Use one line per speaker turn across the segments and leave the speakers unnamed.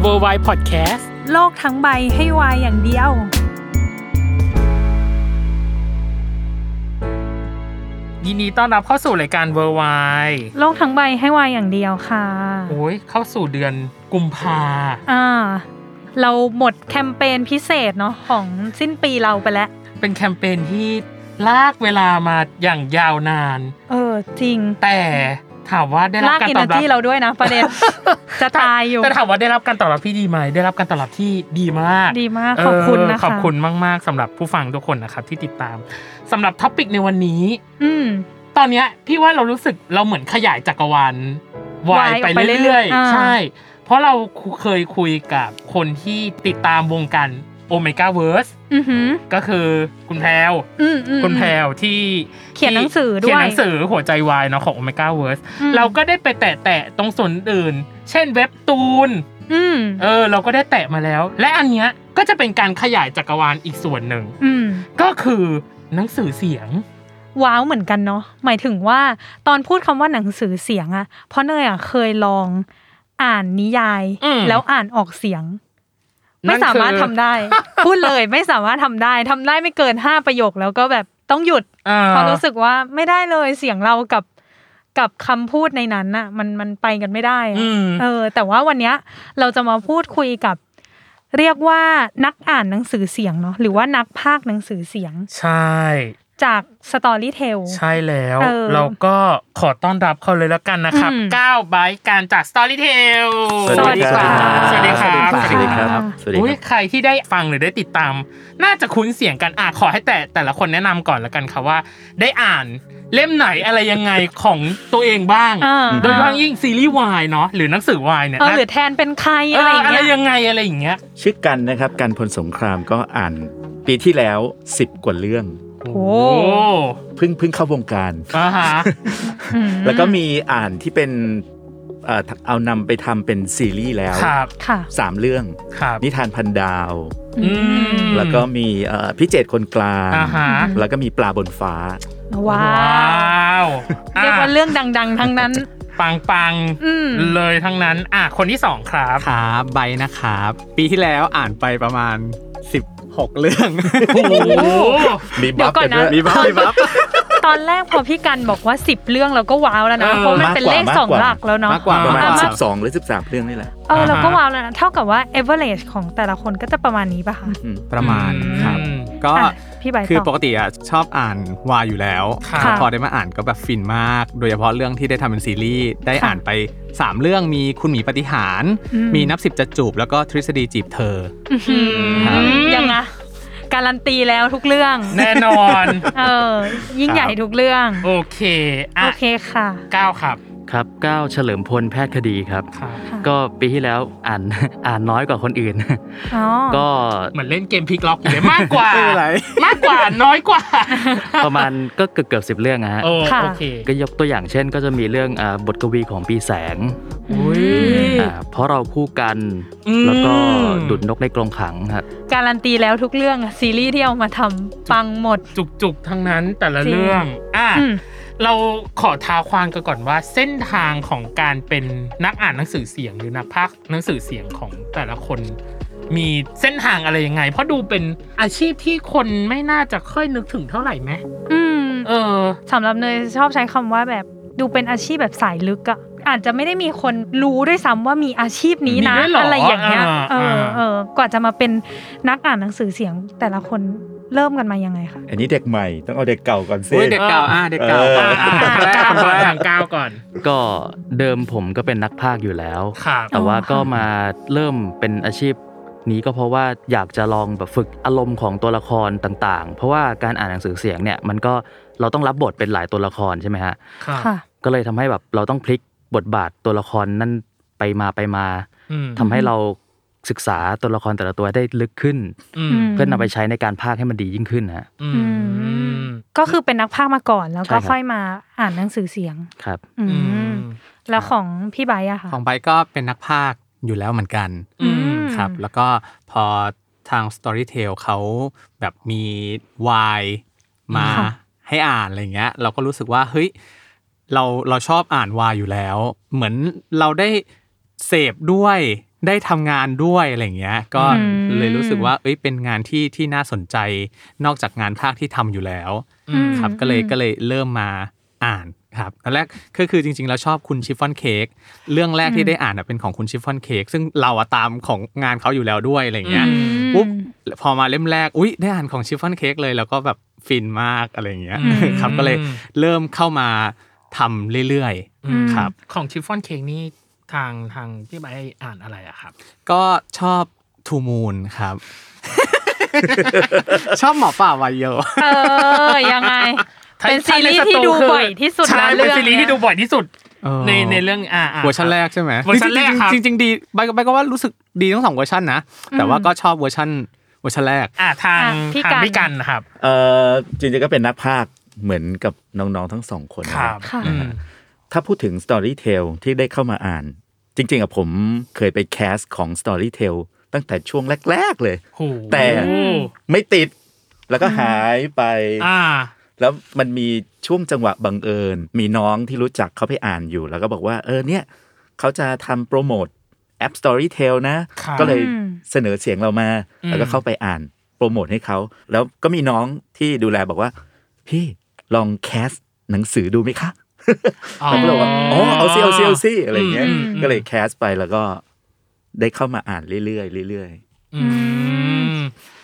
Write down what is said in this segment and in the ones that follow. เวอร์ไวพอดแคสต์
โลกทั้งใบให้วายอย่างเดียว
ยินดีต้อนรับเข้าสู่รายการเวอร์ไว
โลกทั้งใบให้วายอย่างเดียวค่ะ
โอ้ยเข้าสู่เดือนกุมภา
อ่า เราหมดแคมเปญพิเศษเนาะของสิ้นปีเราไปแล้ว
เป็นแคมเปญที่ลากเวลามาอย่างยาวนาน
เออ จริง
แต่ถามว่าได้รับ
ลาก
การ
อิ
ตอ
น
บ
เนอร์
รั
จีเราด้วยนะประเด็น จะตายอยู่
แต่ถามว่าได้รับการตอบรับที่ดีไหมได้รับการตอบรับที่ดีมาก
ดีมาก ขอบคุณนะ
เออ
คะ
ขอบคุณมากๆสำหรับผู้ฟังทุกคนนะครับที่ติดตามสำหรับท็อปิกในวันนี้
อืม
ตอนเนี้ยพี่ว่าเรารู้สึกเราเหมือนขยายจักรวาลวาย
Y
ไป
ไปเรื่
เรื่อ
อย ย
ๆ
ๆอ่า
ใช่ เพราะเราเคยคุยกับคนที่ติดตามวงการโอเมก้าเวิร์ส
อือหือ
ก็คือคุณแพรว
อืมอืม
คุณแพรวที่
เขียนหนังสือด้วย
เขียนหนังสือหัวใจวายเนาะของโอเมก้าเวิร์ส
อืม
เราก็ได้ไปแตะๆตรงส่วนอื่น เช่นเว็บตูน
อืม
เออเราก็ได้แตะมาแล้ว และอันเนี้ยก็จะเป็นการขยายจักรวาลอีกส่วนหนึ่ง
อืม
ก็คือหนังสือเสียง
ว้าวเหมือนกันเนาะหมายถึงว่าตอนพูดคำว่าหนังสือเสียงอะเพราะเนยอะเคยลองอ่านนิยาย
อืม
แล้วอ่านออกเสียง
นั่
ไม่
น
สา
คือ
มารถทำได้ พูดเลยไม่สามารถทำได้ทำได้ไม่เกินห้าประโยคแล้วก็แบบต้องหยุด
อ่า
เพราะรู้สึกว่าไม่ได้เลยเสียงเรากับกับคำพูดในนั้นน่ะ มันมันไปกันไม่ได้อะ
อืม
เออ แต่ว่าวันเนี้ยเราจะมาพูดคุยกับ เรียกว่านักอ่านหนังสือเสียงเนาะหรือว่านักพากย์หนังสือเสียง
ใช่
จากสตอรี่เทล
ใช่แล้ว
เออ
เราก็ขอต้อนรับเขาเลยแล้วกันนะครับ
อืม
ก้าวไบค์การจาก Storytel
สวัสดีครับ
สวัสดีครับ
สวัสดีครับ
สวัสดี
อุ๊ย
ครับ
ใครที่ได้ฟังหรือได้ติดตาม น่าจะคุ้นเสียงกันอ่ะขอให้แต่แต่ละคนแนะนำก่อนแล้วกันค่ะว่า ได้อ่านเล่มไหนอะไรยังไงของตัวเองบ้าง
อ่า
โดยเฉพาะยิ่งซีรีส์วายเนาะหรือหนังสือวายเนี่ย
เออ
น่า
หรือแทนเป็นใคร
เออ
อะไรอย่าง
อะไร
เงี้ย
ยังไงอะไรอย่างเงี้ย
ชื่อกันนะครับกันพลสงครามก็อ่านปีที่แล้ว 10 กว่าเรื่อง
โอ้โห
โอ้
เพิ่งเพิ่งเข้าวงการ
อ่าฮะ
อืม
แล้วก็มีอ่านที่เป็นเอ่อเอานำไปทำเป็นซีรีส์แล้ว
ครับ
ค่ะ
สามเรื่อง
ครับ
นิทานพันดาว
อืม
แล้วก็มีเอ่อพิเจตคนกลาง
อ่าฮะ
แล้วก็มีปลาบนฟ้า
ว้าว
ว
เรียกว่า
อ่ะ
เรื่องดัง ๆ ทั้งนั้น
ปังปัง
อืม
เลยทั้งนั้น อ่ะ คนที่สองครับ
ครับใบนะครับ ปีที่แล้วอ่านไปประมาณ 16 เรื่อง
โอ้โห
มี
เดี๋
บั
ยว
ฟ
ก่อน
กัน
นะ
ด้วย
มีบ้างมีบ้าง
ตอนแรกพอพี่กันบอกว่า 10 เรื่องเราก็ว้าวแล้วนะ
เออ
เพราะมันเป็นเลข
มากกว่า
สองหลักแล้วเนาะ
มากกว่า
ประมาณ
อ่ะ
12 หรือ 13 เรื่องนี่แหละ
เออเราก็ว้าวแล้วนะ เท่ากับว่า average ของแต่ละคนก็จะประมาณนี้ป่ะคะ
ประมาณครับ
อืม
ก็
อ่ะพี่ใบ
คือ
ต่
ป
อ
กติอ่ะชอบอ่านวายอยู่แล้ว
ค่ะ
แต่พอได้มาอ่านก็แบบฟินมาก โดยเฉพาะเรื่องที่ได้ทำเป็นซีรีส์ได้อ่านไป 3 เรื่องมีคุณหมีปฏิหาร
อืม
มีนับสิบจะจูบ แล้วก็ทฤษฎีจีบเธอ
อื้อหือ
ครับ
ยังไงการันตีแล้วทุกเรื่อง
แน่นอน
เออ ยิ่งใหญ่ทุกเรื่อง
โอเค อ่ะ
โอเคค่ะ
เก้าครับ
ครับก้าวเฉลิมพลแพทย์คดีครับ
ครับ
ค่ะ
ก็ปีที่แล้วอ่าน อ่านน้อยกว่าคนอื่น
อ๋อ
ก็
เหมือนเล่นเกมพลิกล็อกอยู่เลยมากกว่า
ไม่เป็นไร
มากกว่าน้อยกว่า
ประมาณก็เกือบเกือบสิบเรื่องอะฮะ
โอ้
ค่ะ
โอเค
ก็ยกตัวอย่างเช่น ก็จะมีเรื่องอ่าบทกวีของปีแสง
อุ้ย
อ่าเพราะเราคู่กัน
อืม
แล้วก็ดุดนกในกรงขังฮะ
การันตีแล้วทุกเรื่องอะซีรีส์ที่เอามาทำปังหมด
จุกๆ ทั้งนั้นแต่ละเรื่อง อ่ะ
อืม
เราขอท้าความกันก่อนว่าเส้นทางของการเป็นนักอ่านหนังสือเสียงหรือนักพากย์หนังสือเสียงของแต่ละคน มีเส้นทางอะไรยังไง เพราะดูเป็นอาชีพที่คนไม่น่าจะค่อยนึกถึงเท่าไหร่ไหม
อืม
เออ
สำหรับเนยชอบใช้คำว่าแบบดูเป็นอาชีพแบบสายลึกอะอาจจะไม่ได้มีคนรู้ด้วยซ้ำว่ามีอาชีพนี้นะ
มีด้วยเหรอ
อะไรอย่างเงี้ย
อ่า
เออ
อ่า
เออกว่าจะมาเป็นนักอ่านหนังสือเสียงแต่ละคนเริ่มกันมายังไงคะ
อันนี้เด็กใหม่ต้องเอาเด็กเก่าก่อนสิ
เฮ้ยเด็กเก่าอ่ะเด็กเก่า
เออ
อ่ะอ่ะอ่ะ
คนแรก
ก้าวก่อน
คนแร
ทาก งก้าวก่อน
ก็เดิมผมก็เป็นนักพากย์อยู่แล้ว
ครับ
แต่ว่า
อ๋อ
ก็มาเริ่มเป็นอาชีพนี้ก็เพราะว่าอยากจะลองแบบฝึกอารมณ์ของตัวละครต่างๆ เพราะว่าการอ่านหนังสือเสียงเนี่ยมันก็เราต้องรับบทเป็นหลายตัวละครใช่ไหมฮะ
ครับ
ค่ะ
ก็เลยทำให้แบบเราต้องพลิกบทบาทตัวละครนั่นไปมาไปมา
อืม
ทำให้เราศึกษาตัวละครแต่ละตัวได้ลึกขึ้น
อืม
ม
เพื่อนำไปใช้ในการพากย์ให้มันดียิ่งขึ้นนะฮะ
อื
อื
ม
มก็คือเป็นนักพากย์มาก่อนแล้ว
ใช่ค
ก็
รับ
ค่อยมาอ่านหนังสือเสียง
ครับ
อื
อื
ม
ม
แล้วของพี่ไบร์ทอะค่ะ
ของไบร์ทก็เป็นนักพากย์อยู่แล้วเหมือนกัน
อืม
อืม
ครับแล้วก็พอทาง Storytel เขาแบบมีวายมา
ค่ะ
ให้อ่านอะไรเงี้ย เราก็รู้สึกว่าเฮ้ยเราเราชอบอ่านวายอยู่แล้ว เหมือนเราได้เสพด้วยได้ทำงานด้วยอะไรเงี้ย ก็เลยรู้สึกว่า เอ้ยเป็นงานที่ที่น่าสนใจนอกจากงานภาคที่ทำอยู่แล้ว
อืม
ครับก็เลย
อืม
ก็เลยเริ่มมาอ่านครับตอนแรกก็คือจริงๆ แล้วชอบคุณชิฟฟ่อนเค้กเรื่องแรกที่ได้อ่านอะเป็นของคุณชิฟฟ่อนเค้กซึ่งเราอะตามของงานเขาอยู่แล้วด้วยอะไรอย่างเงี้ย
อื
ปุ๊บพอมาเล่มแรกอุ้ยได้อ่านของชิฟฟ่อนเค้กเลยแล้วก็แบบฟินมากอะไรอย่างเงี้ย
อืม
ครับก็เลยเริ่มเข้ามาทำเรื่อย
อืม
ๆครับ
ของชิฟฟ่อนเค้กนี่ทางทางพี่ใบร์ทอ่านอะไรอะครับ
ก็ชอบทูมูนครับ ชอบหมอป่าวายโย
เออ ยังไง เป็นซีรีส์ที่ดูบ่อยที่สุด
ใช่
แล้ว
เป็น
เรื่อง
ซีรีส์ที่ดูบ่อยที่สุด
เออ
ในในเรื่องอ่าอ่า
เวอร์ชันแรกใช่ไหม
เวอร์ชันแรกครับ
จริงๆจริงๆดีใบก็ใบก็ว่ารู้สึกดีทั้งสองเวอร์ชันนะ แต่ว่าก็ชอบเวอร์ชันเวอร์ชันแรก
อ่าทาง
อ่ะพี่
ทาง
กัน
พี่กันนะครับ
เออจริงๆก็เป็นนักพากย์เหมือนกับน้องๆทั้งสองคน
ค
นะ
รับ
ค่ะ
อืม
ถ้าพูดถึง Storytel ที่ได้เข้ามาอ่าน จริงๆอะผมเคยไปแคสของ Storytel ตั้งแต่ช่วงแรก ๆ เลย
โห
แต่ ไม่ติด แล้วก็หายไป
อ่า
แล้วมันมีช่วงจังหวะบังเอิญ มีน้องที่รู้จักเขาไปอ่านอยู่ แล้วก็บอกว่า เออเนี่ย เขาจะทำโปรโมทแอป Storytel นะ
ครับ
ก็เลยเสนอเสียงเรามา
อืม
แล้วก็เข้าไปอ่านโปรโมทให้เขา แล้วก็มีน้องที่ดูแลบอกว่า พี่ลองแคสหนังสือดูไหมคะ เราก็เลยว่าอ๋อเอาซิเอาซิเอาซิอะไรอย่างเงี้ย
อืมอืม
ก็เลยแคสไปแล้วก็ได้เข้ามาอ่านเรื่อยๆเรื่อย
อืม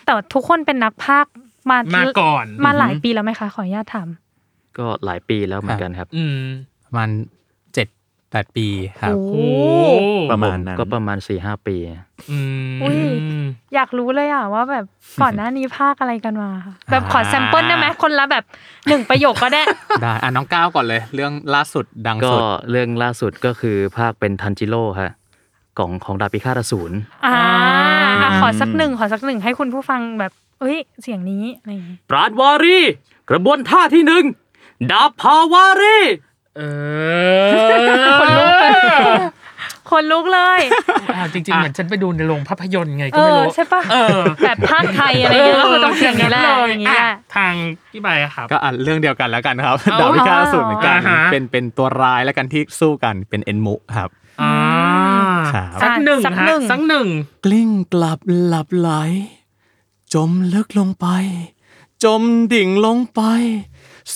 แต่ทุกคนเป็นนักพากย์มา
มา
มา
ก่อน
มาหลายปีแล้วไหมคะ ขออนุญาตถาม
ก็หลายปีแล้วเหมือนกันครับ
อืม
ประมันเจ็ดแปดปีครับ
โอ้โห
โอ้
ๆ ประมาณนั้น
ก็ประมาณ4ี่ห้าปี
อื
อุ้ย
ม
อยากรู้เลยอะว่าแบบก่อนหน้านี้พากย์อะไรกันมาค่ะแบบขอ
อ่า
แซมเปิลได้ไหมคนละแบบหนึ่งประโยคก็ได้
ได้อ่ะน้องก้าวก่อนเลย เรื่องล่าสุดดัง
ก็
สุด
เรื่องล่าสุดก็คือภาคเป็นทันจิโร่ฮะของของดาบพิฆาตอสูร
อ่าอ่ะ
อืม
ขอสักหนึ่งขอสักหนึ่งให้คุณผู้ฟังแบบเอ้ยเสียงนี้อะไรอย่างงี้
ปราดวารีกระบวนท่าที่หนึ่งดาบพาวารี
เออคนลุก
คนลุกเลย
อ่าจริงๆ เหมือนฉันไปดูในโรงภาพยนตร์ไงก็
เอ
ไม่
อ
รู้
ใช่ปะ
เออ
แบบภาคไทยอะไรอย่างเงี้ยก็คือต้องเสียงนี้แหละ
เลย
อย่างงี้แห
อ่ะ
ละ
ทางพี่ใบอะครับ
ก็อ่ะเรื่องเดียวกันแล้วกันครับ
เอา
ดาบพิฆาตอสูรเหมือนกัน
อ่าฮะ
เป็นเป็นตัวร้ายแล้วกันที่สู้กันเป็นเอ็นมุครับ
อ่า
ครับ
สักหนึ่ง
สัก
ฮะ
หนึ่ง
สักหนึ่ง
กลิ้งกลับหลับไหล จมลึกลงไป จมดิ่งลงไป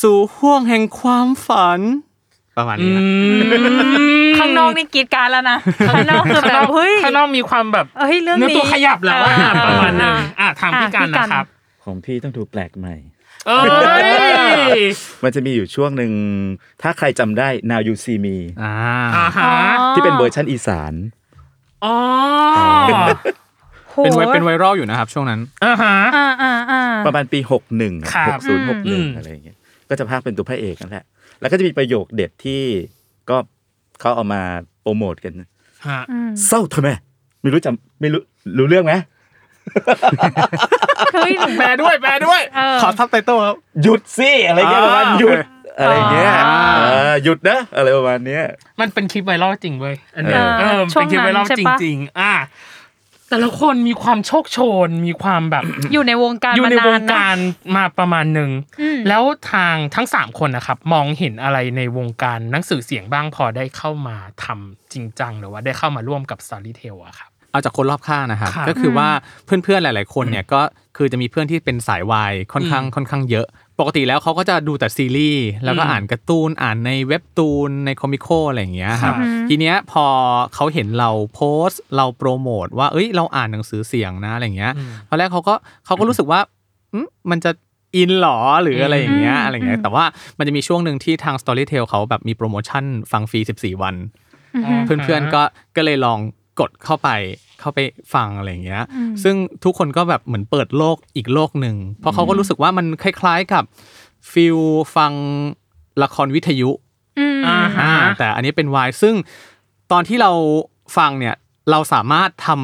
สู่ห้วงแห่งความฝัน ประมาณนี้ฮะ
ข้างนอกนี่กรีดกรารแล้วนะข้างนอกคือแบบเฮ้ย
ข้างนอกมีความแบบ
เอ้ยเรื่อง
เนื้อ
นี้
ตัวขยับแล้วอะ
อ่
ประมาณหนึง
อ่
อ่ะทางพี่กัน
อ่ะพี่กัน
นะครับ
ของพี่ต้องดูแปลกใหม่
เอ้ย
มันจะมีอยู่ช่วงหนึ่ง ถ้าใครจำได้ Now You See Me
อ่า
อ่าฮะ
ที่เป็นเวอร์ชันอีสาน
อ๋อ
โห
เป็นไวเป็นไวรัลอยู่นะครับ ช่วงนั้น
อ่าฮะ
อ่าอ่าอ่า
ประมาณปี 61หนึ่ง
ครับ
หกศูนย์หก
อื
หนึ่ง
ม
อะไรอย่างเงี้ยก็จะพากย์เป็นตัวพระเอกนั่นแหละ แล้วก็จะมีประโยคเด็ดที่ก็เขาเอามาโปรโมทกัน
ฮะ
เศร้าทำไมไม่รู้จำไม่รู้รู้เรื่องไหม
แปลด้วยแปลด้วย
ขอทับไตเติ้ลครับ
หยุดสิอะไรเงี้ยประมาณหยุดอะไรเงี้ย
อ่า
เออหยุดนะอะไรประมาณเนี้ย
มันเป็นคลิปไวรัลจริงเว้ยอันเนี้ย
เออ
เออ
ช่ว
เป็
ง
นค
นั้น
ลิปไวรัล
ใช่
จ
ปะ
ริง ๆ อ่ะแต่ละคนมีความโชคโชน มีความแบบ
อยู่ในวงการ
อยู่
มา
ในว
นาง นนะ
การมาประมาณหนึ่ง
อืม
แล้วทางทั้งสามคนนะครับ มองเห็นอะไรในวงการหนังสือเสียงบ้างพอได้เข้ามาทำจริงจังหรือว่าได้เข้ามาร่วมกับ Storytel อะครับ
เ เอาจากคนรอบข้างนะครับ
ครับ
ก็คือว่าเพื่อนๆหลาย ๆ คนเนี่ยก็คือจะมีเพื่อนที่เป็นสายวายค่อนข้างค่อนข้างเยอะ ปกติแล้วเขาก็จะดูแต่ซีรีส์แล้วก็
อืม
อ่านการ์ตูนอ่านในเว็บตูนในคอมิโคอะไรอย่างเงี้ยครับ
ครับ
ทีเนี้ยพอเขาเห็นเราโพสต์เราโปรโมทว่าเอ้ยเราอ่านหนังสือเสียงนะอะไรอย่างเงี้ย ตอนแรกเขาก็เขาก็รู้สึกว่าอืมมันจะอินหรอหรืออะไรอย่างเงี้ย
อืม
อะไรอย่างเงี้
อื
ย
ม
แต่ว่ามันจะมีช่วงหนึ่งที่ทาง Storytel เขาแบบมีโปรโมชั่นฟังฟรี 14 วัน
อืมอืม
เพื่อนๆก็ก็เลยลองกดเข้าไปเข้าไปฟังอะไรอย่างเงี้ย
อืม
ซึ่งทุกคนก็แบบเหมือนเปิดโลกอีกโลกหนึ่งเพราะเขาก็รู้สึกว่ามันคล้ายๆกับฟิลฟังละครวิทยุ
อืม
อ่าฮะ
อ่าแต่อันนี้เป็นวายซึ่งตอนที่เราฟังเนี่ยเราสามารถทำ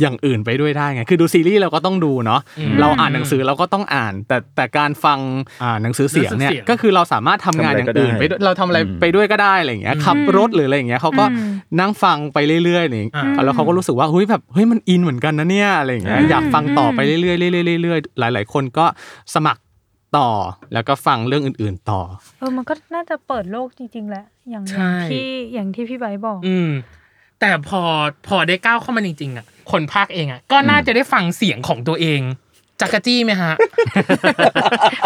อย่างอื่นไปด้วยได้ไงคือดูซีรีส์เราก็ต้องดูเนาะ
อืม
เราอ่านหนังสือเราก็ต้องอ่าน แต่แต่การฟังอ่าหนังสือเสียงเนี่ย
หนังสือเสียง
ก็คือเราสามารถทำงานอย่างอื่นไปด้วยเราทำอะไรไปด้วยก็ได้อะไรอย่างเงี้ยขับรถหรืออะไรอย่างเงี้ยเขาก็
อืม
นั่งฟังไปเรื่อยๆอะไรอย่างเงี้ย
อ่า
แล้วเขาก็รู้สึกว่าเฮ้ยแบบเฮ้ยมันอินเหมือนกันนะเนี่ยอะไรอย่างเงี้ยอยากฟังต่อไปเรื่อยๆเรื่อยๆเรื่อยๆหลาย ๆ คนก็สมัครต่อแล้วก็ฟังเรื่องอื่น ๆต่อ
เออมันก็น่าจะเปิดโลกจริง ๆ แหละ อย่าง
ใช่
ที่อย่างที่พี่ไบร์ทบอก
อืม แต่พอพอได้ก้าวเข้ามาจริงๆอ่ะ คนภาคเองอ่ะ ก็น่าจะได้ฟังเสียงของตัวเองจักรจี้ไหมฮะ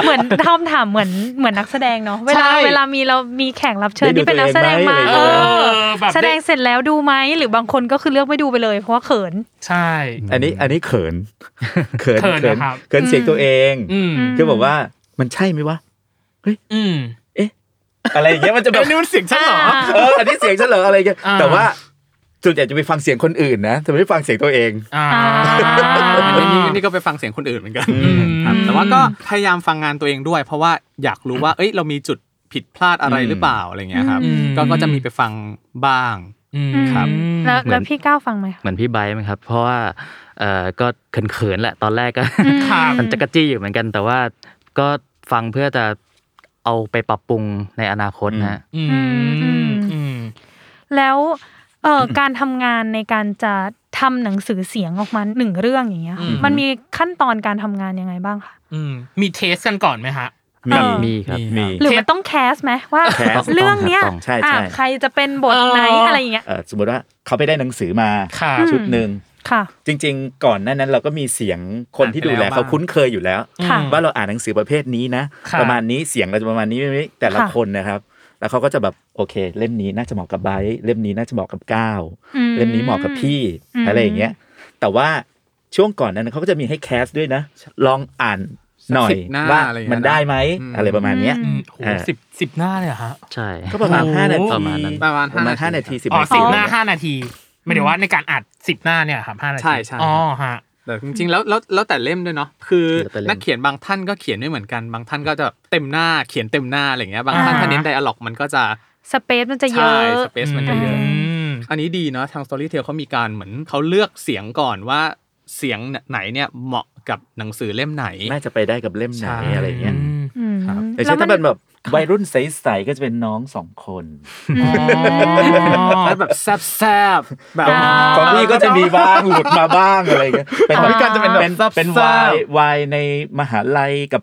เหมือนทอมถามเหมือนเหมือนนักแสดงเนาะเวลา
ใช่
เวลามีเรามีแขกรับเชิญ
ได้ดู
ที่เป็นนักแสดงมา
ตัวเองไหม
เออ
แบบ
แสดงเสร็จแล้วดูไหมหรือบางคนก็คือเลือกไม่ดูไปเลย เพราะว่าเขิน
ใช่
อันนี้อันนี้เขิน เขิน
เขินนะครับ
เขินเสียงตัวเอง
อืม
คือแบบว่ามันใช่ไหมวะ
อืม
อะไรอย่างเงี้ยมันจะแบบ
นี่มันเสียงฉันเหรอ
อ่า
เอออันนี้เสียงเฉลยอะไรกัน
อ่า
แต่ว่าส่วนใหญ่จะไปฟังเสียงคนอื่นนะแต่ไม่ฟังเสียงตัวเอง
อ่า
อันนี้นี่ก็ไปฟังเสียงคนอื่นเหมือนกันครับแต่ว่าก็พยายามฟังงานตัวเองด้วย เพราะว่าอยากรู้ว่า เอ้ยเรามีจุดผิดพลาดอะไรหรือเปล่าอะไรเงี้ยครับ
อืม
ก็ก็จะมีไปฟังบ้าง
อืม
ครับ
แล้วแล้วพี่ก้าวฟังไหม
เหมือนพี่ไบร์ทไหมครับ เพราะว่าเอ่อก็เขินๆแหละตอนแรกก็
ครับ
มันจะกระจี้อยู่เหมือนกัน แต่ว่าก็ฟังเพื่อจะเอาไปปรับปรุงในอนาคตนะฮะ
อืมอืม
แล้วเอ่อการทำงานในการจะทำหนังสือเสียงออกมาหนึ่งเรื่องอย่างเงี้ย
อืม
มันมีขั้นตอนการทำงานยังไงบ้างคะ
อืมมีเทสกันก่อนไหมฮะ
มี
เออ
มีครับ
มี
หรือมันต้องแคสไหมว่า
แคส
เรื่องเนี้ย
ต้อง
ใช่ใช่
อ่ะใครจะเป็นบทไหน
เอออ
อะไรอย่างเงี้ย
เอ่อสมมติว่าเขาไปได้หนังสือมา
ค่ะ
ชุดหนึ่ง
ค่ะ
จริง ๆ ก่อนหนั้นนั้นเราก็มีเสียงคนที่ดูแล
อ่านไปแล้ว
เขา
บ้าง
คุ้นเคยอยู่แล้ว
ค่ะ
ว่าเราอ่านหนังสือประเภทนี้นะ
ค่ะ
ประมาณนี้เสียงเราจะประมาณนี้แต่ละ
ค่ะ
คนนะครับ แล้วเขาก็จะแบบโอเคเล่มนี้น่าจะเหมาะกับไบรท์เล่มนี้น่าจะเหมาะกับก้าว
อื
เล่มนี้เหมาะกับพี่
อืม
อะไรอย่างเงี้ย แต่ว่าช่วงก่อนนั้นเขาก็จะมีให้แคสด้วยนะ ลองอ่านหน่อย
สิบหน้า
ว่า
อะไรอย่างเงี้ย
มันได้ไหม
อืม
อะไรประมาณเนี้ย
อืมโห
อ่า
สิบสิบหน้าเลยเหรอฮะ
ใช่
ก็ประมาณ
โอ้โห
ห้านาที
ประมาณนั้น
ประมาณ
ประมาณห้า
ห้า
นา
นา
ที
ที
สิบ
อ๋อ
นา
สิ
ที
บหน้าห้านาทีไม่ได้ว่าในการอัดสิบหน้าเนี่ยครับห้านาที
ใช่ใช่
อ๋อฮะ
แต่จริงๆแล้วแล้วแล้วแต่เล่มด้วยเนาะคือ
แล้วแต่เล่ม
นักเขียนบางท่านก็เขียนไม่เหมือนกันบางท่านก็จะแบบเต็มหน้าเขียนเต็มหน้าอะไรเงี้ยบางท่าน
อ่า
ถ้าเน้นไดอะล็อกมันก็จะ
สเปซมันจะเยอะ
ใช่สเปซมันจะเยอะ
อื
ม
อันนี้ดีเนาะทาง Storytel เขามีการเหมือนเขาเลือกเสียงก่อนว่าเสียงไหนเนี่ยเหมาะกับหนังสือเล่มไหน
น่าจะไปได้กับเล่มไหน
ใช่
อะไรอย่างเงี้ย
อืม
แต่ใช่ถ้าเป็นแบบวัยรุ่นใสๆก็จะเป็นน้องสองคน
อ๋อ
แล้วแบบแซบแซบๆแบบ
อ่า
ของพี่ก็จะมีบ้างหลุดมาบ้างอะไรอย่างเงี้ยเป็น
ของพี่กันจะเป็นแบบ
เป็น
ซับ
เป็น
ซ้อน
วายวายในมหาลัยกับ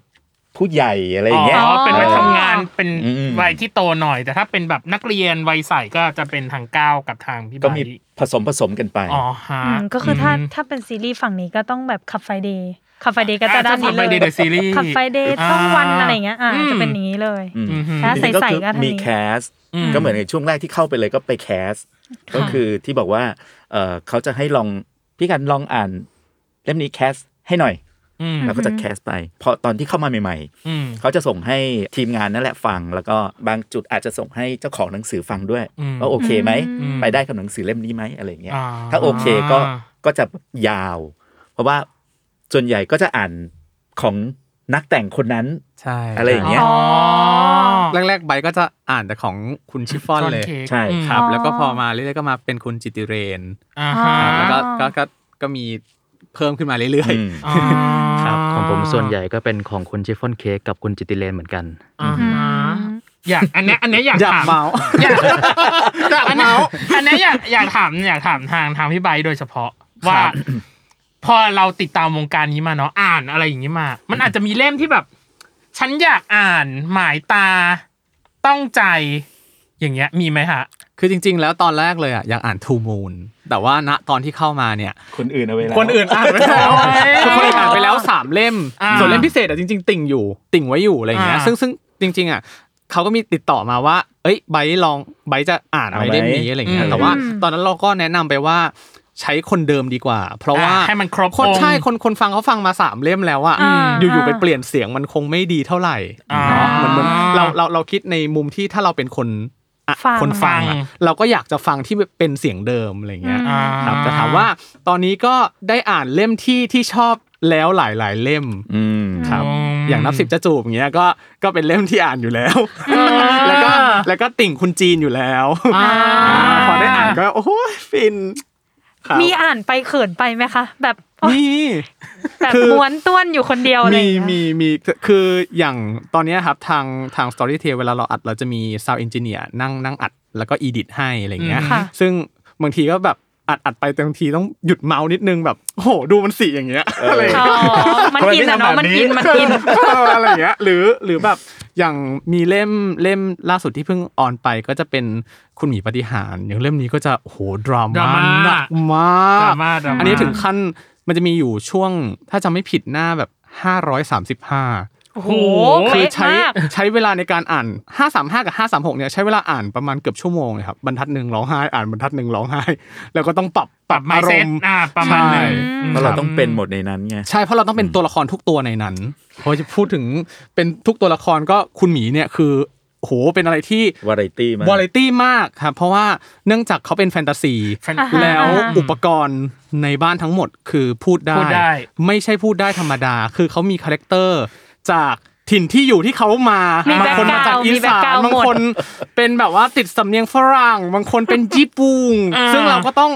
ผู้ใหญ่อะไรอย่างเงี้ย
อ๋อ เป็นวัย
อ๋อ
ทำงานเป็น
อืม
วัยที่โตหน่อย แต่ถ้าเป็นแบบนักเรียนวัยใสก็จะเป็นทางก้าวกับทางพี่
ก็
ไบ
มีผสมผสมกันไป
อ๋อฮะ
อืมก็คือถ้าถ้าเป็นซีรีส์ฝั่งนี้ก็ต้องแบบขับไฟเดย์ขับไฟเดย์ก็จะด้านนี้เลย
เดอะซีรีส์
ขับไฟเดย์ช่องวันอะไรอย่างเงี้ยอ่าจะเป็นอย่างนี้เลย
อืม
อืมฮึ
แล้ว
จริงๆ
ใส่ๆ
ก็
ก็
คือ
ทำ
มี
นี้
แคส
อืม
ก็เหมือนในช่วงแรกที่เข้าไปเลยก็ไปแคส ก็คือที่บอกว่าเอ่อเขาจะให้ลองพี่กันลองอ่านเล่มนี้แคสให้หน่อย
อืม
เราก็จะแคสไปพอตอนที่เข้ามาใหม่
อืม
ๆ เขาจะส่งให้ทีมงานนั่นแหละฟัง แล้วก็บางจุดอาจจะส่งให้เจ้าของหนังสือฟังด้วย
อืม
ว่าโอเคไหม
อืม
ไปได้กับหนังสือเล่มนี้ไหมอะไรอย่างเงี้ย
อ่า
ถ้าโอเคก็ก็จะยาว เพราะว่าส่วนใหญ่ก็จะอ่านของนักแต่งคนนั้น
ใช่
อะไรอย่างเงี้ย
อ๋อ
แรกๆใบก็จะอ่านแต่ของคุณชิฟฟอนเลย
ค้ก
ใช่
อืม
ครับ
อ๋อ
แล้วก็พอมาเรื่อยๆก็มาเป็นคุณจิติเรน
อ่าฮะ
ครับแล้วก็ก็ก็ก็มีเพิ่มขึ้นมาเรื่อย
อืม
อ่า
ครับของผมส่วนใหญ่ก็เป็นของคุณชิฟฟ่อนเค้กกับคุณจิตติเลนเหมือนกัน
อ่าฮะ
อืม
อยากอันเนี้ยอันเนี้ยอยาก
อยาก
ถาม
เมา
อยากอยากเมาอันเนี้ยอยากอยากถามอยากถามทางทางพี่ไบร์ทโดยเฉพาะว่า
ครับ
พอเราติดตามวงการนี้มาเนาะอ่านอะไรอย่างนี้มา มันอาจจะมีเล่มที่แบบ ฉันอยากอ่านหมายตาต้องใจ อย่างเงี้ย มีไหมฮะ
ๆ คือจริง ๆ แล้วตอนแรกเลยอ่ะอยากอ่านทูมูน แต่ว่าณตอนที่เข้ามาเนี่ย
คนอื่นเอาไว้แล้ว
คนอื่นอ่านไปแล้ว
คือคนอื่นอ่านไปแล้วสามเล่ม
อ่า
ส่วนเล่มพิเศษอ่ะจริง ๆ ติ่งอยู่ติ่งไว้อยู่อะไรอย่างเงี้ย
อ่า
ซึ่งซึ่งจริง ๆอ่ะเขาก็มีติดต่อมาว่า เอ้ยไบร์ทลองไบร์ทจะอ่านอะไรเล่มนี้อะไรอย่างเงี้ยแต่ว่า
อืม
ตอนนั้นเราก็แนะนำไปว่าใช้คนเดิมดีกว่า เพราะว่า
อ่ะให้มันครบ
คน
องค์
ใช่คนคนฟังเขาฟังมาสามเล่มแล้วอ่ะ
อ่า
อยู่ๆไปเปลี่ยนเสียงมันคงไม่ดีเท่าไหร่
อ่า
เนาะเหมือนเหมือนเราเราเราคิดในมุมที่ถ้าเราเป็นคนอ่ะ
ฟัง
คนฟังอ่ะเราก็อยากจะฟังที่เป็นเสียงเดิมอะไรอย่างเงี้ย
อ่า
ครับแต่ถามว่าตอนนี้ก็ได้อ่านเล่มที่ที่ชอบแล้วหลายๆเล่ม
อืม
ครับ
อืม
อย่างนับสิบจะจูบอย่างเงี้ยก็ก็เป็นเล่มที่อ่านอยู่แล้ว แล้วก็แล้วก็ติ่งคุณจีนอยู่แล้ว
อ่า
พอได้อ่านก็โอ้โหฟินครับ
มีอ่านไปเขินไปไหมคะ แบบโอ๊ย
มี
แบบ
คือ
ม้วนต้วนอยู่คนเดียวอะไรอ
มี
ย่างเงี้ย
มีมีคืออย่างตอนเนี้ยครับทางทาง Storytel เวลาเราอัดเราจะมี Sound Engineer นั่งนั่งอัดแล้วก็ Edit ให้อะไรเงี้ย
อืมค่ะ
ซึ่งบางทีก็แบบอัดอัดไปแต่บางทีต้องหยุดเมาส์นิดนึงแบบโอ้โหดูมันสีอย่างเงี้ยอะไรอย่าง
อ๋
เงี้
อย มันกินอะเนาะมันกินมันกิน
เอ ออะไรอย่างเงี้ยหรือหรือแบบอย่างมีเล่มเล่มล่าสุดที่เพิ่งออนไปก็จะเป็นคุณหมีปฏิหารย์อย่างเล่มนี้ก็จะโอ้โหดรา
ดรา
ม่า
ม่า
หนัก
ด
มาร
าก ม่าดราม่า
อันนี้ถึงขั้นมันจะมีอยู่ช่วงถ้าจำไม่ผิดหน้าแบบ 535
โอ้โห
คื
เป๊ะ
ใช้
มาก
ใช้เวลาในการอ่าน 535 กับ 536เนี่ยใช้เวลาอ่านประมาณเกือบชั่วโมงเลยครับบรรทัดหนึ่งร้องไห้อ่านบรรทัดหนึ่งร้องไห้ แล้วก็ต้องปรับ
ปรับ
อา
mindset
รมณ์
อ่าประมาณหนึ่ง
ใช่
เพราะเราต้องเป็นหมดในนั้นไง
ใช่เพราะเราต้องเป็นตัวละครทุกตัวในนั้นเพราะจะพูดถึงเป็นทุกตัวละครก็คุณหมีเนี่ยคือโหเป็นอะไรที่
วาไรตี้มาก
วาไรตี้มากครับเพราะว่าเนื่องจากเขาเป็นแฟนตาซี
แฟน
อ่าฮะ
แล้วอุปกรณ์ในบ้านทั้งหมดคือพูดได้
พูดได้
ไม่ใช่พูดได้ธรรมดา คือเขามีคาแรคเตอร์จากถิ่นที่อยู่ที่เขามา
มี
บางคนมาจาก
background
อี
มี
สาน
background
บางคนเป็นแบบว่าติดสำเนียงฝรั่ง บางคนเป็นญี่ปุ่น
อ่า
ซึ่งเราก็ต้อง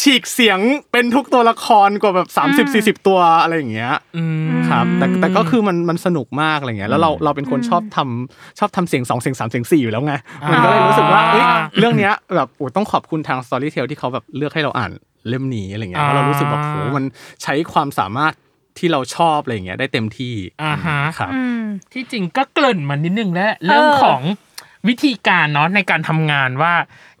ฉีกเสียงเป็นทุกตัวละครกว่าแบบ 30 40 ตัวอะไรอย่างเงี้ย
อืม
ครับแต่แต่ก็คือมันมันสนุกมากอะไรเงี้ยแล้วเราเราเป็นคนชอบทำชอบทำเสียงสองเสียงสามเสียงสี่อยู่แล้วไงมันก็เลยรู้สึกว่าเอ้ย
อ่า
เรื่องเนี้ยแบบโอ้ยต้องขอบคุณทาง Storytel ที่เขาแบบเลือกให้เราอ่านเล่มนี้อะไรเงี้ย
อ่า
เพราะเรารู้สึกว่าโหมันใช้ความสามารถที่เราชอบอะไรเงี้ยได้เต็มที่
อ่าฮะ
ครับ
อืม
ที่จริงก็เกริ่นมานิดนึงแล้วเรื่องของวิธีการเนาะในการทำงานว่า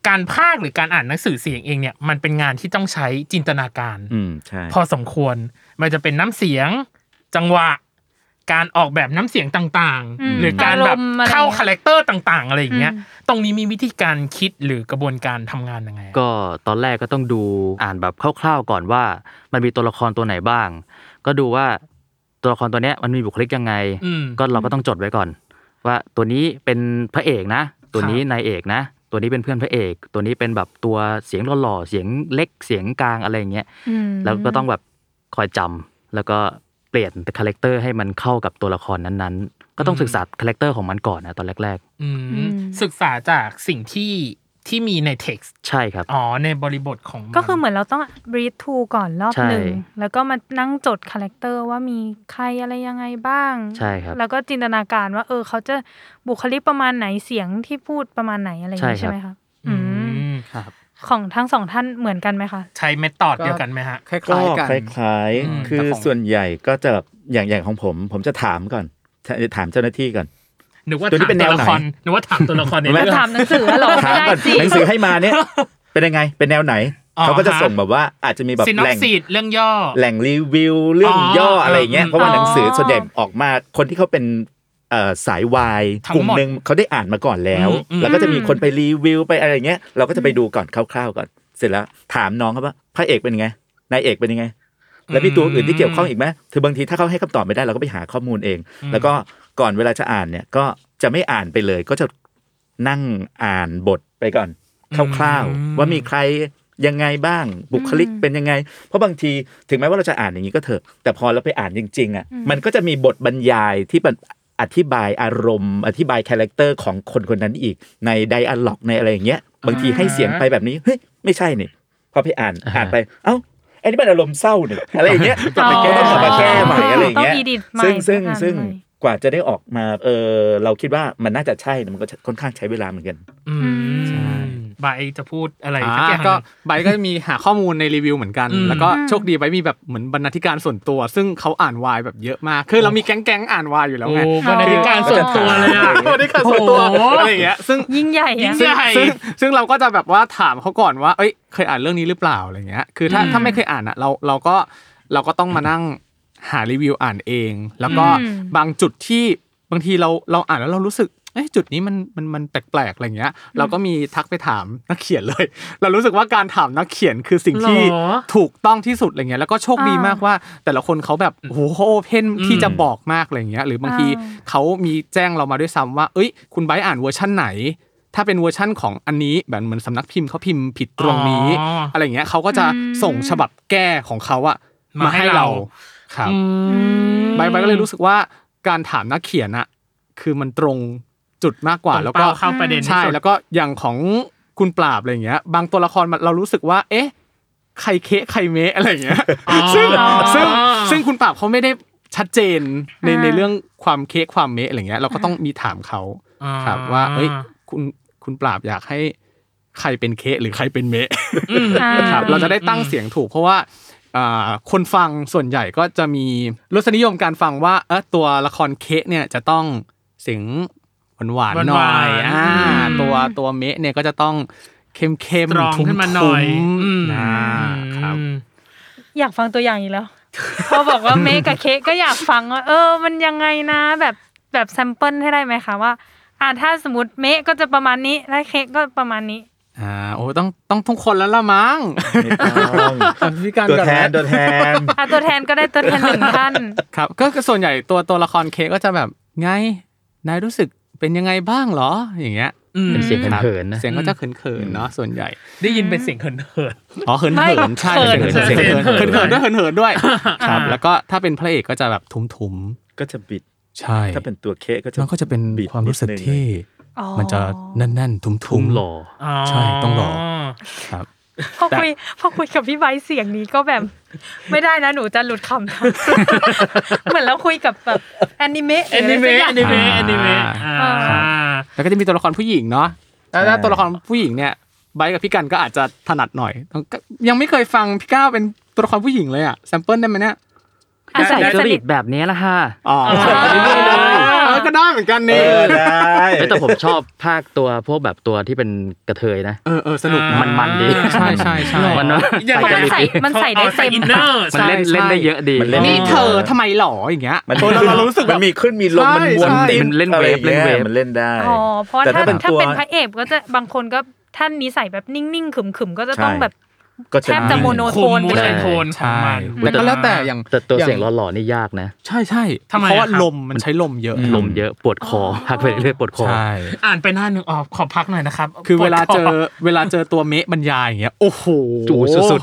การพากย์หรือการอ่านหนังสือเสียงเองเนี่ยมันเป็นงานที่ต้องใช้จินตนาการ
อืม ใช่
พอสมควรมันจะเป็นน้ำเสียง จังหวะ การออกแบบน้ำเสียงต่าง
อืม
ๆ หรือการแบบ
อารมณ์อะไร
เข้า
อย่างเงี้ย
คาแรคเตอร์ต่างๆอะไรอย่างเงี้ยตรงนี้มีวิธีการคิดหรือกระบวนการทำงานยังไงอะ
ก็ตอนแรกก็ต้องดูอ่านแบบคร่าวๆก่อนว่า มันมีตัวละครตัวไหนบ้าง ก็ดูว่าตัวละครตัวเนี้ยมันมีบุคลิกยังไง
อืม
ก็เราก็ต้องจดไว้ก่อน ว่าตัวนี้เป็นพระเอกนะ ตัวนี้
ครับ
นายเอกนะ ตัวนี้เป็นเพื่อนพระเอก ตัวนี้เป็นแบบตัวเสียงหล่อๆเสียงเล็กเสียงกลางอะไรอย่างเงี้ย
อืม
แล้วก็ต้องแบบคอยจำแล้วก็เปลี่ยนคาแรคเตอร์ให้มันเข้ากับตัวละครนั้นๆ ก็ต้อง
อืม
ศึกษาคาแรคเตอร์ของมันก่อนนะตอนแรก
อืม
อืม
ศึกษาจากสิ่งที่ที่มีใน text
ๆ ใช่ครับ
อ๋อในบริบทของมัน
ก็คือเหมือนเราต้อง breathe to ก่อนรอบ
ใช่
หนึ่งแล้วก็มานั่งจดคาแรคเตอร์ว่ามีใครอะไรยังไงบ้าง
ใช่ครับ
แล้วก็จินตนาการว่า เออ เขาจะบุคลิกประมาณไหนเสียงที่พูดประมาณไหนอะไรอย่างนี้
ใช่
ใช่
ครับ
ไหมคะ
อื
อืม
ม
ของทั้งสองท่านเหมือนกันไหมคะ
ใช้เมธอดเดียวกันไหมฮะ
คล้า
ก็
ยๆกัน
คล้าย
อืม
ๆ คือ
แต่ของ
ส่วนใหญ่ก็จะอย่างอย่างของผม ผมจะถามก่อน ถามเจ้าหน้าที่ก่อน
หรือว่า
ตัวนี้
ถาม
เป็นแน
ตัว
ว
ละ
ไหน
ครหรือว่าถามตัวละครใน
ไม่
เรื่
จะ
อง
ถามหนังสือเหรอ
ถา
ไม่
ม
ได้
ก่อน
สิ
หนังสือให้มาเนี่ย เป็นยังไง เป็นแนวไหน
อ๋อ
เขาก็จะ
ฮะ
ส่งแบบว่าอาจจะมีแบบ
ซินอป
แหล่ง
ซีดเรื่องย่อ
แหล่งรีวิวเรื่องย่อ
ออ
อะไรอย่างเงี้ย
อืม
เพราะว่าหนังสือส่วนใหญ่ออกมาคนที่เขาเป็นเอ่อสายวาย
ทั้ง
กลุ่ม
หมด
หนึ่งเขาได้อ่านมาก่อนแล้ว
อืมอืม
แล้วก็จะมีคนไปรีวิวไปอะไรอย่างเงี้ยเราก็จะไปดูก่อนคร่าวๆก่อน เสร็จแล้วถามน้องเขาว่าพระเอกเป็นยังไงนายเอกเป็นยังไง แล้วมีตัวอื่นที่เกี่ยวข้องอีกไหมคือบางทีถ้าเขาให้คำตอบไม่ได้เราก็ไปหาข้อมูลเอง แล้วก็ก่อนเวลาจะอ่านเนี่ยก็จะไม่อ่านไปเลย ก็จะนั่งอ่านบทไปก่อนคร่าว
อืม
ๆว่ามีใครยังไงบ้างบุคลิกเป็นยังไง เพราะบางทีถึงแม้ว่าเราจะอ่านอย่างนี้ก็เถอะ แต่พอเราไปอ่านจริงๆอ่ะมันก็จะมีบทบรรยายที่มันอธิบายอารมณ์ อธิบายคาแรคเตอร์ของคนคนนั้นอีกในไดอะล็อกในอะไรอย่างเงี้ยบางทีให้เสียงไปแบบนี้เฮ้ยไม่ใช่นี่พอไปอ่านอ่านไปเอ้า อันนี้มันอารมณ์เศร้าเนี่ยอะไรอย่างเงี้ยกลับไปแก้ต้องกลับมาแก้ใหม่อะไรอย่างเงี้ย
ต้อง edit ใหม่
ซึ่งซึ่ง
ต้องทำ
ซึ่ง
ใหม่
กว่าจะได้ออกมาเออเราคิดว่ามันน่าจะใช่นะมันก็ค่อนข้างใช้เวลาเหมือนกัน
อืม
ใช่
ใบจะพูดอะไร
อ่า
สักอย่างห
ก็
นึ่ง
ไบร์ทก็มีหาข้อมูลในรีวิวเหมือนกัน
อืม
แล้วก็โชคดีไบร์ทมีแบบเหมือนบรรณาธิการส่วนตัว ซึ่งเขาอ่านวายแบบเยอะมาก คือเรามีแก๊งแก๊งๆอ่านวายอยู่แล้ว
โอ้
ไง
บรรณาธิการส่วนตัวเลยอ่ะ
บรรณาธิการส่วนตัว
โอ้โห
อะไรอย่างเงี้ยซึ่ง
ยิ่งใหญ่
ยิ่
อะ
งใหญ่
ซึ่งซึ่งเราก็จะแบบว่าถามเขาก่อนว่า เอ้ย เคยอ่านเรื่องนี้หรือเปล่าอะไรเงี้ย คือถ้า
อืม
ถ้าไม่เคยอ่านอ่ะ เราเราก็เราก็ต้องมานั่งหารีวิวอ่านเอง แล้วก็
อืม
บางจุดที่บางทีเราเราอ่านแล้วเรารู้สึก เอ้ยจุดนี้มันมันมันแปลกๆอะไรเงี้ย เราก็มีทักไปถามนักเขียนเลย เรารู้สึกว่าการถามนักเขียนคือสิ่งที่
หรอ
ถูกต้องที่สุดอะไรเงี้ย แล้วก็โชคดีมากว่า แต่ละคนเขาแบบโอ้โหโอเพนที่จะบอกมากอะไรเงี้ย หรือบางที
อ่า
เขามีแจ้งเรามาด้วยซ้ำว่า เอ้ย คุณไบร์ทอ่านเวอร์ชั่นไหน ถ้าเป็นเวอร์ชั่นของอันนี้แบบเหมือนสำนักพิมพ์เขาพิมพ์ผิดตรงนี้
อ๋ออ
อะไรเงี้ยเขาก็จะ
อืม
ส่งฉบับแก้ของเขาอะ
มา
มา
ให้
ให้
เรา
เราครับใบใบก็เลยรู้สึกว่าการถามนักเขียนอะคือมันตรงจุดมากกว่า
ตรง
แล้วก็
เป้าเข้าประเด็นที่
ใช่
สุด
แล้วก็อย่างของคุณปราบอะไรเงี้ย บางตัวละครมันเรารู้สึกว่า เอ๊ะ ใครเคะใครเมะอะไรเงี้ย ซึ่ง
อ๋อ
ซึ่งซึ่งคุณปราบเขาไม่ได้ชัดเจนใน
อ่า
ในเรื่องความเคะความเมะอะไรเงี้ย เราก็ต้องมีถามเขา ครับว่าเอ้ยคุณคุณปราบอยากให้ใครเป็นเคะหรือใครเป็นเมะ
อ่า
ครับเราจะได้ตั้งเสียงถูก เพราะว่าอ่าคนฟังส่วนใหญ่ก็จะมีรสนิยมการฟังว่าเออตัวละครเคะเนี่ยจะต้องเสียงหวานหวานๆหน่
ห
อ
วาน
ย
ๆ
อ่า
อืม
ตัวตัวเมะเนี่ยก็จะต้องเข้ม
ส
ๆ
ตรอง
ทุ้ม
ขึ้นมาหน่อย
ๆ
อืม
อ่าครับ
อยากฟังตัวอย่างอีกแล้ว พอบอกว่าเมกกับเค้กก็อยากฟังว่าเออ มันยังไงนะ แบบแบบแซมเปิลให้ได้ไหมคะว่า อ่าถ้าสมมติเมกก็จะประมาณนี้และเค้กก็ประมาณนี้
อ่าโอ้ต้องต้องทุกคนแล้วละมั้ง
ไม่ต้อง
พี่การ
ตัว
ก่อ
แทน
ไหม
ตัวแทน
อ่ะตัวแทนก็ได้ตัวแทนหนึ่งท่าน
ครับก็ก็ส่วนใหญ่ตัวตัวละครเคก็จะแบบไงนายรู้สึกเป็นยังไงบ้างเหรออย่างเงี้ย
เป็นเสียงเขินๆนะ
เสียงก็จะเขินเขินๆเนาะส่วนใหญ่
ได้ยินเป็นเสียงเขิน
อ๋อเขิน
ไม่
เขิ
หรอน ก
ใช่
เขิ
เขิ
น
นเขิน
เขินเขิ
เขิน
น
เขินด้วยเขินเขินด้วยครับ แล้วก็ถ้าเป็นพระเอกก็จะแบบทุ้มๆ
ก็จะบิด
ใช่
ถ้าเป็นตัวเค้กก็จะ
มันก็จะเป็น
บิด
ความรู้สึก
นิดนึง
ที่
อ๋อ
มันจะแน่นๆ ทุ้มๆ
ทุ่มหล่อ
ๆอ๋อ
ใช่ต้องรอ ครับ
พอคุยพอคุยกับพี่ไบร์ทเสียงนี้ก็แบบ ไม่ได้นะหนูจะหลุดคำนะ เหมือนเราคุยกับแบบแอนิเมะห
แอ
รืออะไร
นิเมะแอ
สักอ
ย่าง นิเมะแอนิเมะอ่า
แล้วก็จะมีตัวละครผู้หญิงเนาะแล้วถ้าตัวละครผู้หญิงเนี่ยไบร์ทกับพี่กันก็อาจจะถนัดหน่อยต้องก็ยังไม่เคยฟังพี่ก้าวเป็นตัวละครผู้หญิงเลยอะแซมเปิลได้ไหมเนี่ย
ก็ใส่
ได้
จริ
สนิ
ต
ท
แบบนี้ละฮะ
อ๋อเออก็ได้เหมือนกัน
เอ
นี่
อได้
เอ้ยแต่ผมชอบภาคตัวพวกแบบตัวที่เป็นกระเทยนะ
เออเออสนุกะ
มันมันๆดี
ใช่ใช่ใช่
มัน
อย่าง
มันใส่มันใส่ได้เต็ม
อินเนอร์
มันเล่นเล่นได้เยอะดี
มันเล่น
นี่เธอทำไมหล่ออย่างเงี้ย
มัน
เราเราเรารู้สึกแบ
มั
บ
นมีขึ้นมีลง
ใช่
มันวน
ใช่
ติด
มันเล่นเวฟ
อะไรอย่างงี้ย
เล่นเวฟ
มันเล่นได้
อ๋อเพราะ
แต่
ถ้า
ถ้าเป็น
ถ้า
ตัว
เป็นพระเอกก็จะบางคนก็ท่านนิสัยแบบนิ่งๆขึมๆก็จะต้อง
ใช่
แบบ
ก็
แทบจะ
มี
โมโน
คุมมูดแอนโทนของ
ใช่
มัน
แต่ก็แล้วแต่อย่าง
แต่ตัวเสียง
อา
หล่อๆนี่ยากนะ
ใช่ใช่
ทำไมอะ
เพราะว่า
ครับ
ลมมันใช้ลมเยอะ
ลมเยอะปวดคอพักไปเรื่อยๆปวดคอ
ใช่
อ่านไปหน้าหนึ่งออกขอพักหน่อยนะครับ
คือเวลาเจอ
ปวดค
เวลาเจอตัวเมะบรรยายอย่างเงี้ยโอ้โห
จู่สุด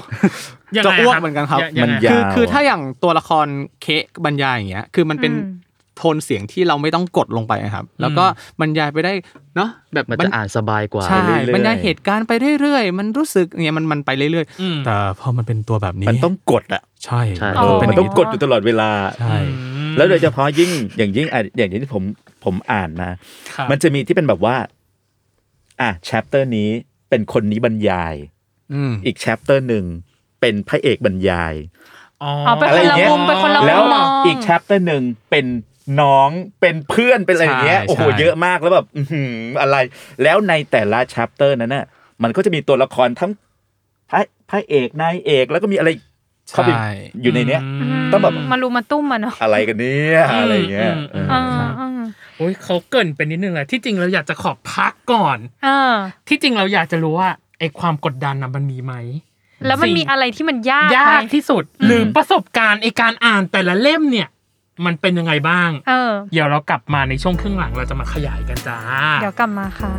ยัง
จะ
ไง
อ้วกเหมือนกันครับ
ยังไง
มันยา
คื
ว
อคือถ้าอย่างตัวละครเคะบรรยายอย่างเงี้ยคือมันเป็น
อืม
โทนเสียงที่เราไม่ต้องกดลงไปอะครับ แล้วก็บรรยายไปได้เนาะแบบ
มัน
บร
จะ
ร
อ่านสบายกว่า
ใช่
ไปเรื่อยๆ
บรรยายเหตุการณ์ไปเรื่อยๆ มันรู้สึกเนี่ยมันมันไปเรื่อย
อืม
ๆ แต่พอมันเป็นตัวแบบนี้
มันต้องกดอ่ะ
ใช่
ใช่
น
เออ
เป็
มันน
ย่า
ต้องกดอยู่ตลอดเวลา
ใช่
แล้วโดยเฉพาะยิ่งอย่างยิ่งอ่ะอย่างที่ผมผมอ่านมา
ครับ
มันจะมีที่เป็นแบบว่า อ่ะแชปเตอร์นี้เป็นคนนี้บรรยาย
อืม
อีกแชปเตอร์หนึ่งเป็นพระเอกบรรยาย
อ๋อ
เอาไป
อะไร
คน
อ
ละ
ย่างเงี้ย
มุมไปคนละมุม
แล้ว
มอง
อีกแชปเตอร์หนึ่งเป็นน้องเป็นเพื่อนเป็นอะไรอย่างเงี้ยโอ้โหเยอะมากแล้วแบบอื้อหืออะไร แล้วในแต่ละแชปเตอร์นั้นน่ะมันก็จะมีตัวละครทั้งพระพระเอกนายเอกแล้วก็มีอะไรเข้าไป
ใช่
อยู่ในเนี้ย
อืม
ต้องแบบ
มารุมมาตุ้มมาเนาะ
อะไรกันเนี่ยอะไรอย่างเงี้ย
อืมอืม
เออ
เออเออ
โอ้ยเขาเกรินเป็นนิดนึงแหละที่จริงเราอยากจะขอพักก่อน
เออ
ที่จริงเราอยากจะรู้ว่าไอ้ความกดดันน่ะมันมีไหม
แล้วมัน
สิ่ง
มีอะไรที่มันยาก
ยาก
ไหม
ที่สุด หรือประสบการณ์ไอ้การอ่านแต่ละเล่มเนี่ย มันเป็นยังไงบ้าง
เออ
เดี๋ยวเรากลับมาในช่วงครึ่งหลังเราจะมาขยายกันจ้า
เดี๋ยวกลับมาค่ะ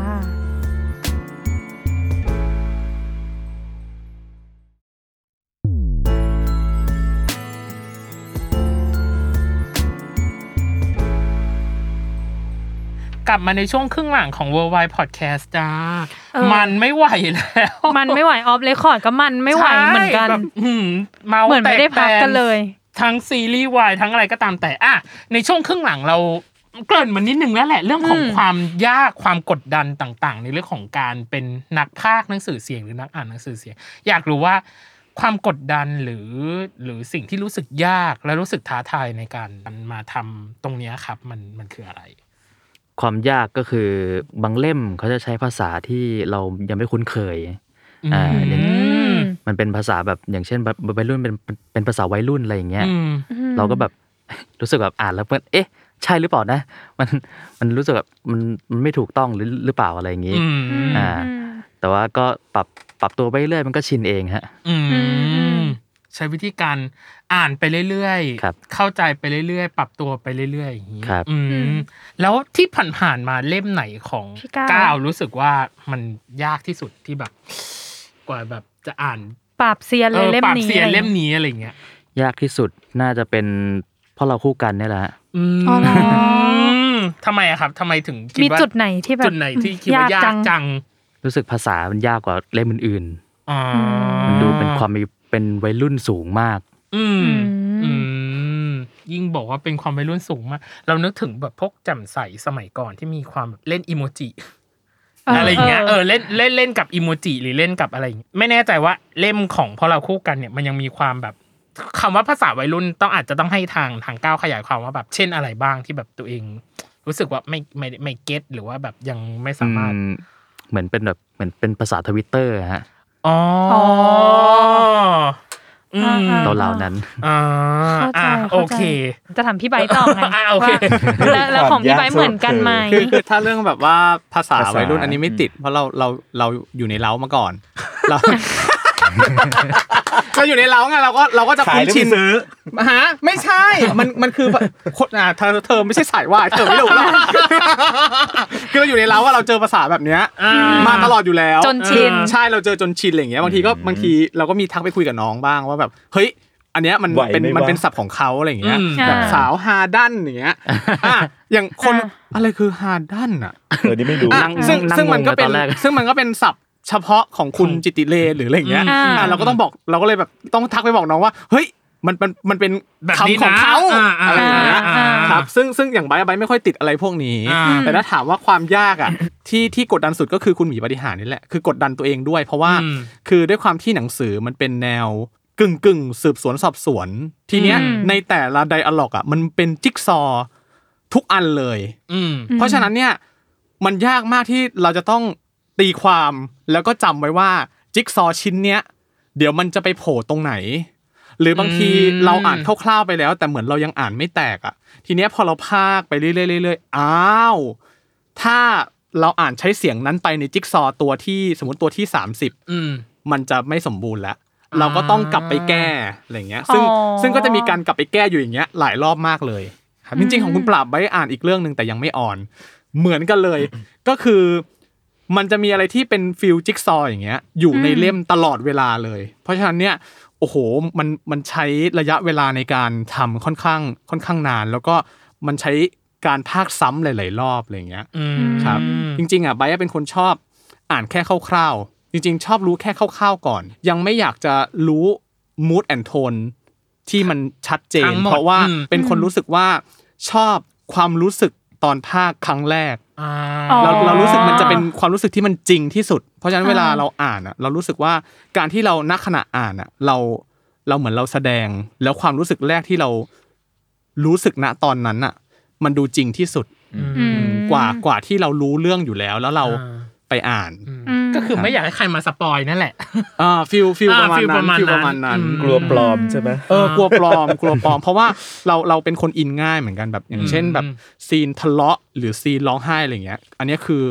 กลับมาในช่วงครึ่งหลังของ Worldwide Podcast จ้า
เออ
มันไม่ไหวแล้ว
มันไม่ไหวออฟเลคคอร์ดก็มันไม่ไหวเหมือนกัน
ใช่แบบหืมเมาส์
เหมือนไม่ได้พักกันเลย
ทั้งซีรีส์วายทั้งอะไรก็ตามแต่อ่ะในช่วงครึ่งหลังเราเกริ่นมันนิดนึงแล้วแหละ เรื่องของ
อืม
ความยากความกดดันต่างๆ ในเรื่องของการเป็นนักพากย์หนังสือเสียงหรือนักอ่านหนังสือเสียง อยากรู้ว่าความกดดันหรือหรือสิ่งที่รู้สึกยากและรู้สึกท้าทายในการมาทำตรงเนี้ยครับ มันมันคืออะไร
ความยากก็คือบางเล่มเขาจะใช้ภาษาที่เรายังไม่คุ้นเคย อ่าอย่าง
อืม
มันเป็นภาษาแบบอย่างเช่นแบบวัยรุ่นเป็นเป็นภาษาวัยรุ่นอะไรอย่างเงี้ย
อืม
เราก็แบบ รู้สึกแบบอ่านแล้วมันเอ๊ะ ใช่หรือเปล่านะ มันมันรู้สึกแบบมันมันไม่ถูกต้องหรือหรือเปล่าอะไรอย่างงี้
อืม
อ่า แต่ว่าก็ปรับปรับตัวไปเรื่อยมันก็ชินเองฮะ
อืม
อืม
ใช้วิธีการอ่านไปเรื่อย
ครับ
ๆ เข้าใจไปเรื่อยๆ ปรับตัวไปเรื่อยๆอย่างนี้
ครับ
อืม
อืม
แล้วที่ผ่านๆมาเล่มไหนของ
พี่ก้าว
ก้าวรู้สึกว่ามันยากที่สุดที่แบบ กว่าแบบจะอ่าน
ปราบเซียน
เอ
เลย
อ
เล่ม
ปราบ
นี้
เสียน
อะไร
เล่มนี้อะไรเงี้ย
ยากที่สุดน่าจะเป็นพ่อเราคู่กันเนี่ยแหละฮะ
อืม
อ๋อเหรอ
มทำไมอะครับทำไมถึงคิด
มี
ว่า
จุดไหนที่แบบ
จุดไหนที่คิดว่ายากจัง
รู้สึกภาษามันยากกว่าเล่มอื่น
อ๋อ
ๆมันดูเป็นความมีเป็นวัยรุ่นสูงมาก
อืม
อืม
อืมยิ่งบอกว่าเป็นความวัยรุ่นสูงมาก เรานึกถึงแบบพวกแจ่มใสสมัยก่อนที่มีความแบบเล่นอีโมจิ
เอออ
อะไรอย่างเงี้ย
เออ
เออเล่นเล่นเล่นกับอีโมจิหรือเล่นกับอะไรอย่างเงี้ยไม่แน่ใจว่าเล่มของพอเราคู่กันเนี่ยมันยังมีความแบบคำว่าภาษาวัยรุ่นต้องอาจจะต้องให้ทางทางก้าวขยายความว่าแบบเช่นอะไรบ้างที่แบบตัวเอง รู้สึกว่าไม่ไม่ไม่เก็ตหรือว่าแบบยังไม่สามารถ
อืมเหมือนเป็นแบบเหมือนเป็นภาษาทวิตเตอร์ฮะ
อ๋ออ๋ออืม
อ่า
เราเหล่านั้น
อ่า
เข้าใจ
อ่าโอ
เข้าใจ
เค
จะถามพี่ไบร์ทต่อไง
อ่ะโอเค
ว่าแล้วแล้วของพี่ไบร์ทเหมือนกันไหม
คือคือถ้าเรื่องแบบว่าภาษา
ภาษา
วัยรุ่นอันนี้ไม่ติด เพราะเราเราเราอยู่ในเล้ามาก่อน เรา เราอยู่ในเล้าไงเราก็เราก็จะ
ขายห
คุ้น
รือ
ชิน
ไม่ซื้อ
ฮะไม่ใช่ มันมันคือคนอ่ะเธอเธอไม่ใช่สายวายเธอไม่รู้หรอก คือเราอยู่ในเล้าว่าเราเจอภาษาแบบเนี้ย
อ่า
มาตลอดอยู่แล้ว
จนชิน
ใช่เราเจอจนชินอะไรอย่างเงี้ยบางทีก็บางทีเราก็มีทักไปคุยกับน้องบ้างว่าแบบเฮ้ย อันเนี้ยมัน
ไหว
เป็น
ไหม
มัน
วะ
เป็นศัพท์ของเขาอะไรอย่างเงี้ย
อืม
แบบสาวฮาดันอย่างเงี้ยอ่ะอย่างคน
อ่า
อะไรคือฮาดันอ่ะ
เออนี่ไม่รู้
อ่ะ
นั่ง
ซึ่ง
นั่ง
ซึ่งมันก็เป็
ง
น
งเลยตอนแรก
ซึ่งมันก็เป็นศัพท์เฉพาะของคุณจิติเลหรืออะไรอย่างเงี้ย
อืม
อ่ะ
อ่า
เราก็ต้องบอกเราก็เลยแบบต้องทักไปบอกน้องว่า เฮ้ยมันมันมันเป็น
แบบนี้
คำของ
นะ
เขา
อ่า
อะไรอย่างเงี้ย
อ่าอ่า
ครับ ซึ่งซึ่งอย่างไบร์ทไบร์ทไม่ค่อยติดอะไรพวกนี้
อ่า
แต่ถ้าถามว่าความยากอ่ะ ที่ที่กดดันสุดก็คือคุณหมีปฏิหารนี่แหละคือกดดันตัวเองด้วย เพราะว่า
อืม
คือด้วยความที่หนังสือมันเป็นแนวกึ่งกึ่งๆสืบสวนสอบสวน ทีเนี้ย
อืม
ในแต่ละไดอะล็อกอ่ะมันเป็นจิ๊กซอว์ทุกอันเลย
อืม
เพราะฉะนั้นเนี่ยมันยากมากที่เราจะต้องตีความแล้วก็จำไว้ว่าจิ๊กซอว์ชิ้นเนี้ยเดี๋ยวมันจะไปโผล่ตรงไหน หรือบางที
อืม
เราอ่านคร่าวๆไปแล้ว แต่เหมือนเรายังอ่านไม่แตกอ่ะ ทีเนี้ยพอเราพากไปเรื่อยๆเรื่อยๆอ้าว ถ้าเราอ่านใช้เสียงนั้นไปในจิ๊กซอว์ตัวที่สมมติตัวที่ 30
อืม
มันจะไม่สมบูรณ์แล้ว เราก็ต้องกลับไปแก้อะไรอย่างเงี้ย ซึ่ง
อ๋อ
ซึ่งก็จะมีการกลับไปแก้อยู่อย่างเงี้ย หลายรอบมากเลยครับจริงๆของคุณปราบไว้อ่านอีกเรื่องหนึ่งแต่ยังไม่อ่อน เหมือนกันเลย ก็คือ มันจะมีอะไรที่เป็นฟิลจิ๊กซอว์อย่างเงี้ย อยู่ในเล่มตลอดเวลาเลย เพราะฉะนั้นเนี่ยโอ้โหมันมันใช้ระยะเวลาในการทำค่อนข้างค่อนข้างนาน แล้วก็มันใช้การพากซ้ำหลาย ๆ รอบอะไรอย่างเงี้ย
อืม
ครับ
อืม
จริงๆอ่ะไบร์ทเป็นคนชอบอ่านแค่คร่าวๆ จริง ๆ ชอบรู้แค่คร่าวๆก่อน ยังไม่อยากจะรู้ mood and tone ที่มันชัดเจ
ทั้
น
งหมด
เพราะว่า
อืม
เป็นคนรู้สึกว่าชอบความรู้สึกตอนภาคครั้งแรก
อ่า
อ๋อ
เราเรารู้สึกมันจะเป็นความรู้สึกที่มันจริงที่สุด เพราะฉะนั้นเวลา
อ่า
เราอ่านอ่ะเรารู้สึกว่าการที่เรานักขณะอ่านอ่ะเราเราเหมือนเราแสดงแล้วความรู้สึกแรกที่เรารู้สึกณตอนนั้นอ่ะ มันดูจริงที่สุด
อืม
กว่ากว่าที่เรารู้เรื่องอยู่แล้วแล้วเรา
อ่า
ไปอ่าน
อืม
ก็คือไม่อยากให้ใครมาสปอยนั่นแหละ
อ่าฟิลฟิล
อ่า
ประมาณ
feel
นั้
ประมาณ
นฟิลประมาณ
นั้
นั้น น
กลัวปลอมใช่ไหม
เออกลัวปลอม กลัวปลอม เพราะว่าเราเราเป็นคนอินง่ายเหมือนกันแบบอย่างเช่น แบบซีนทะเลาะหรือซีนร้องไห้อะไรอย่างเงี้ย อันเนี้ยคือ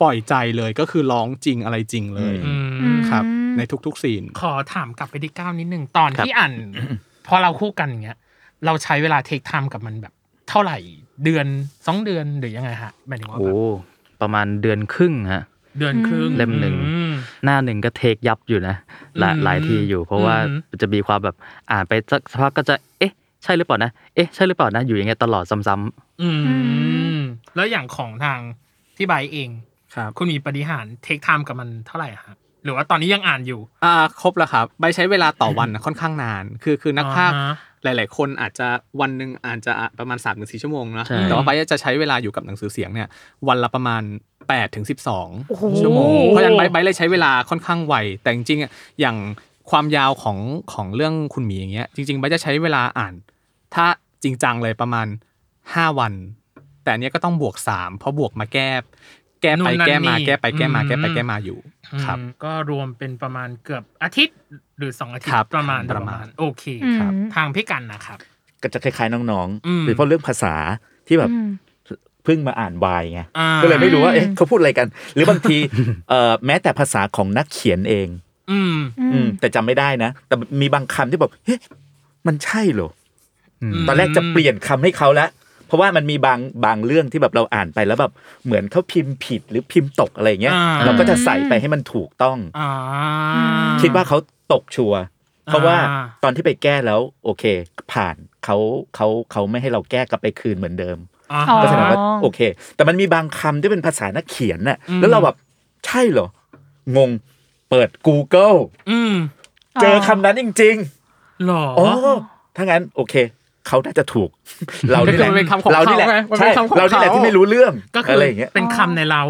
ปล่อยใจเลยก็คือร้องจริงอะไรจริงเลย
อื
ม
ครับ ในทุกๆซีน
ขอถามกลับไปที่ก้าวนิดนึง ตอน
ครับ
ที่อ่าน พอเราคู่กันอย่างเงี้ย เราใช้เวลาเทคไทม์กับมันแบบ เท่าไหร่เดือนสองเดือนหรือยังไงฮะหมายถึงว่าแบ
โอ้
บ
ประมาณเดือนครึ่งฮะ
เดือนครึ่ง
เล่มหนึ่ง
อืม
หน้าหนึ่งก็เทคยับอยู่นะหลาย
อืม
หลายทีอยู่ เพราะว่า
อืม
มันจะมีความแบบอ่านไปสักพักก็จะเอ๊ะ ใช่หรือเปล่านะเอ๊ะใช่หรือเปล่านะอยู่อย่างเงี้ยตลอดซ้ำ
อืม แล้วอย่างของทางที่ไบร์ทเอง
ครับ
คุณมีปฏิหารเทคไทม์กับมันเท่าไหร่ฮะ หรือว่าตอนนี้ยังอ่านอยู่
อ่าครบแล้วครับใบใช้เวลาต่อวัน น่ะ ค่อนข้างนาน คือคือนักพากย์
อ่าฮะ
หลาย ๆ คนอาจจะวันหนึ่งอาจจะอ่ะประมาณ3ามถึงสชั่วโมงนะ
ใช่
แต่ว่าใบจะใช้เวลาอยู่กับหนังสือเสียงเนี่ย วันละประมาณ8ปดถึงสิชั่วโมง เพราะฉะนั้นใบใบเลยใช้เวลาค่อนข้างไวแต่จริงๆอ่ะอย่างความยาวของของเรื่องคุณหมีอย่างเงี้ยจริง ๆ ใบจะใช้เวลาอ่าน ถ้าจริงจังเลยประมาณ 5 วัน แต่อันเนี้ยก็ต้องบวก 3 เพราะบวกมาแก้ แก้
นู่
ไป
นนั่น
แก้มา
นี่
แก้ไปแก้มาแก้ไป
อืม
แก้มาอยู่ครับ
อืมก็รวมเป็นประมาณเกือบอาทิตย์หรือสองอาทิต
ครับ
ย์ประมาณ
ประมาณ
โอเค
อืม
ครับ ทางพี่กันนะครับ
ก็จะคล้ายๆน้อง
อืม
ๆโดยเฉพาะเรื่องภาษาที่แบบ
อืม
เพิ่งมาอ่านวายไง
อ่า
ก็เลยไม่รู้ว่า
อืม
เอ๊ะเขาพูดอะไรกัน หรือบางทีเอ่อแม้แต่ภาษาของนักเขียนเอง
อืม
อื
อื
ม
มแต่จำไม่ได้นะ แต่มีบางคำที่แบบเฮ้ยมันใช่เหรออ
ม
ตอนแรกจะเปลี่ยนคำให้เขาแล้ว เพราะว่ามันมีบางบางเรื่องที่แบบเราอ่านไปแล้วแบบเหมือนเขาพิมพ์ผิดหรือพิมพ์ตกอะไรอย่างเงี้ย
อ่า
เราก็จะใส่ไปให้มันถูกต้อง
อ่า
คิดว่าเขาตกชัวร์เพราะว่า
อ่า
ตอนที่ไปแก้แล้ว โอเค ผ่านเขาเขาเขาไม่ให้เราแก้กลับไปคืนเหมือนเดิม
อ่า
อ๋อ
ก็แสดงว่าโอเค แต่มันมีบางคำที่เป็นภาษานักเขียนน่ะ
อืม
แล้วเราแบบใช่เหรอ งงเปิด Google
อืม
เจอคำนั้นจริง
หรอ
ๆอ๋อถ้างั้นโอเค เขาน่าจะ ถูก เรานี่แหละ
มันเป็นคำของ
เรานี่แหละ
เขาไงมันเป็
ใช่
นคำของ
เรานี่แหละ
เขา
ที่ไม่รู้เรื่อง
ก็คื
อะ
อ
ไรอย่างเงี้ย
เป็นคำในเรา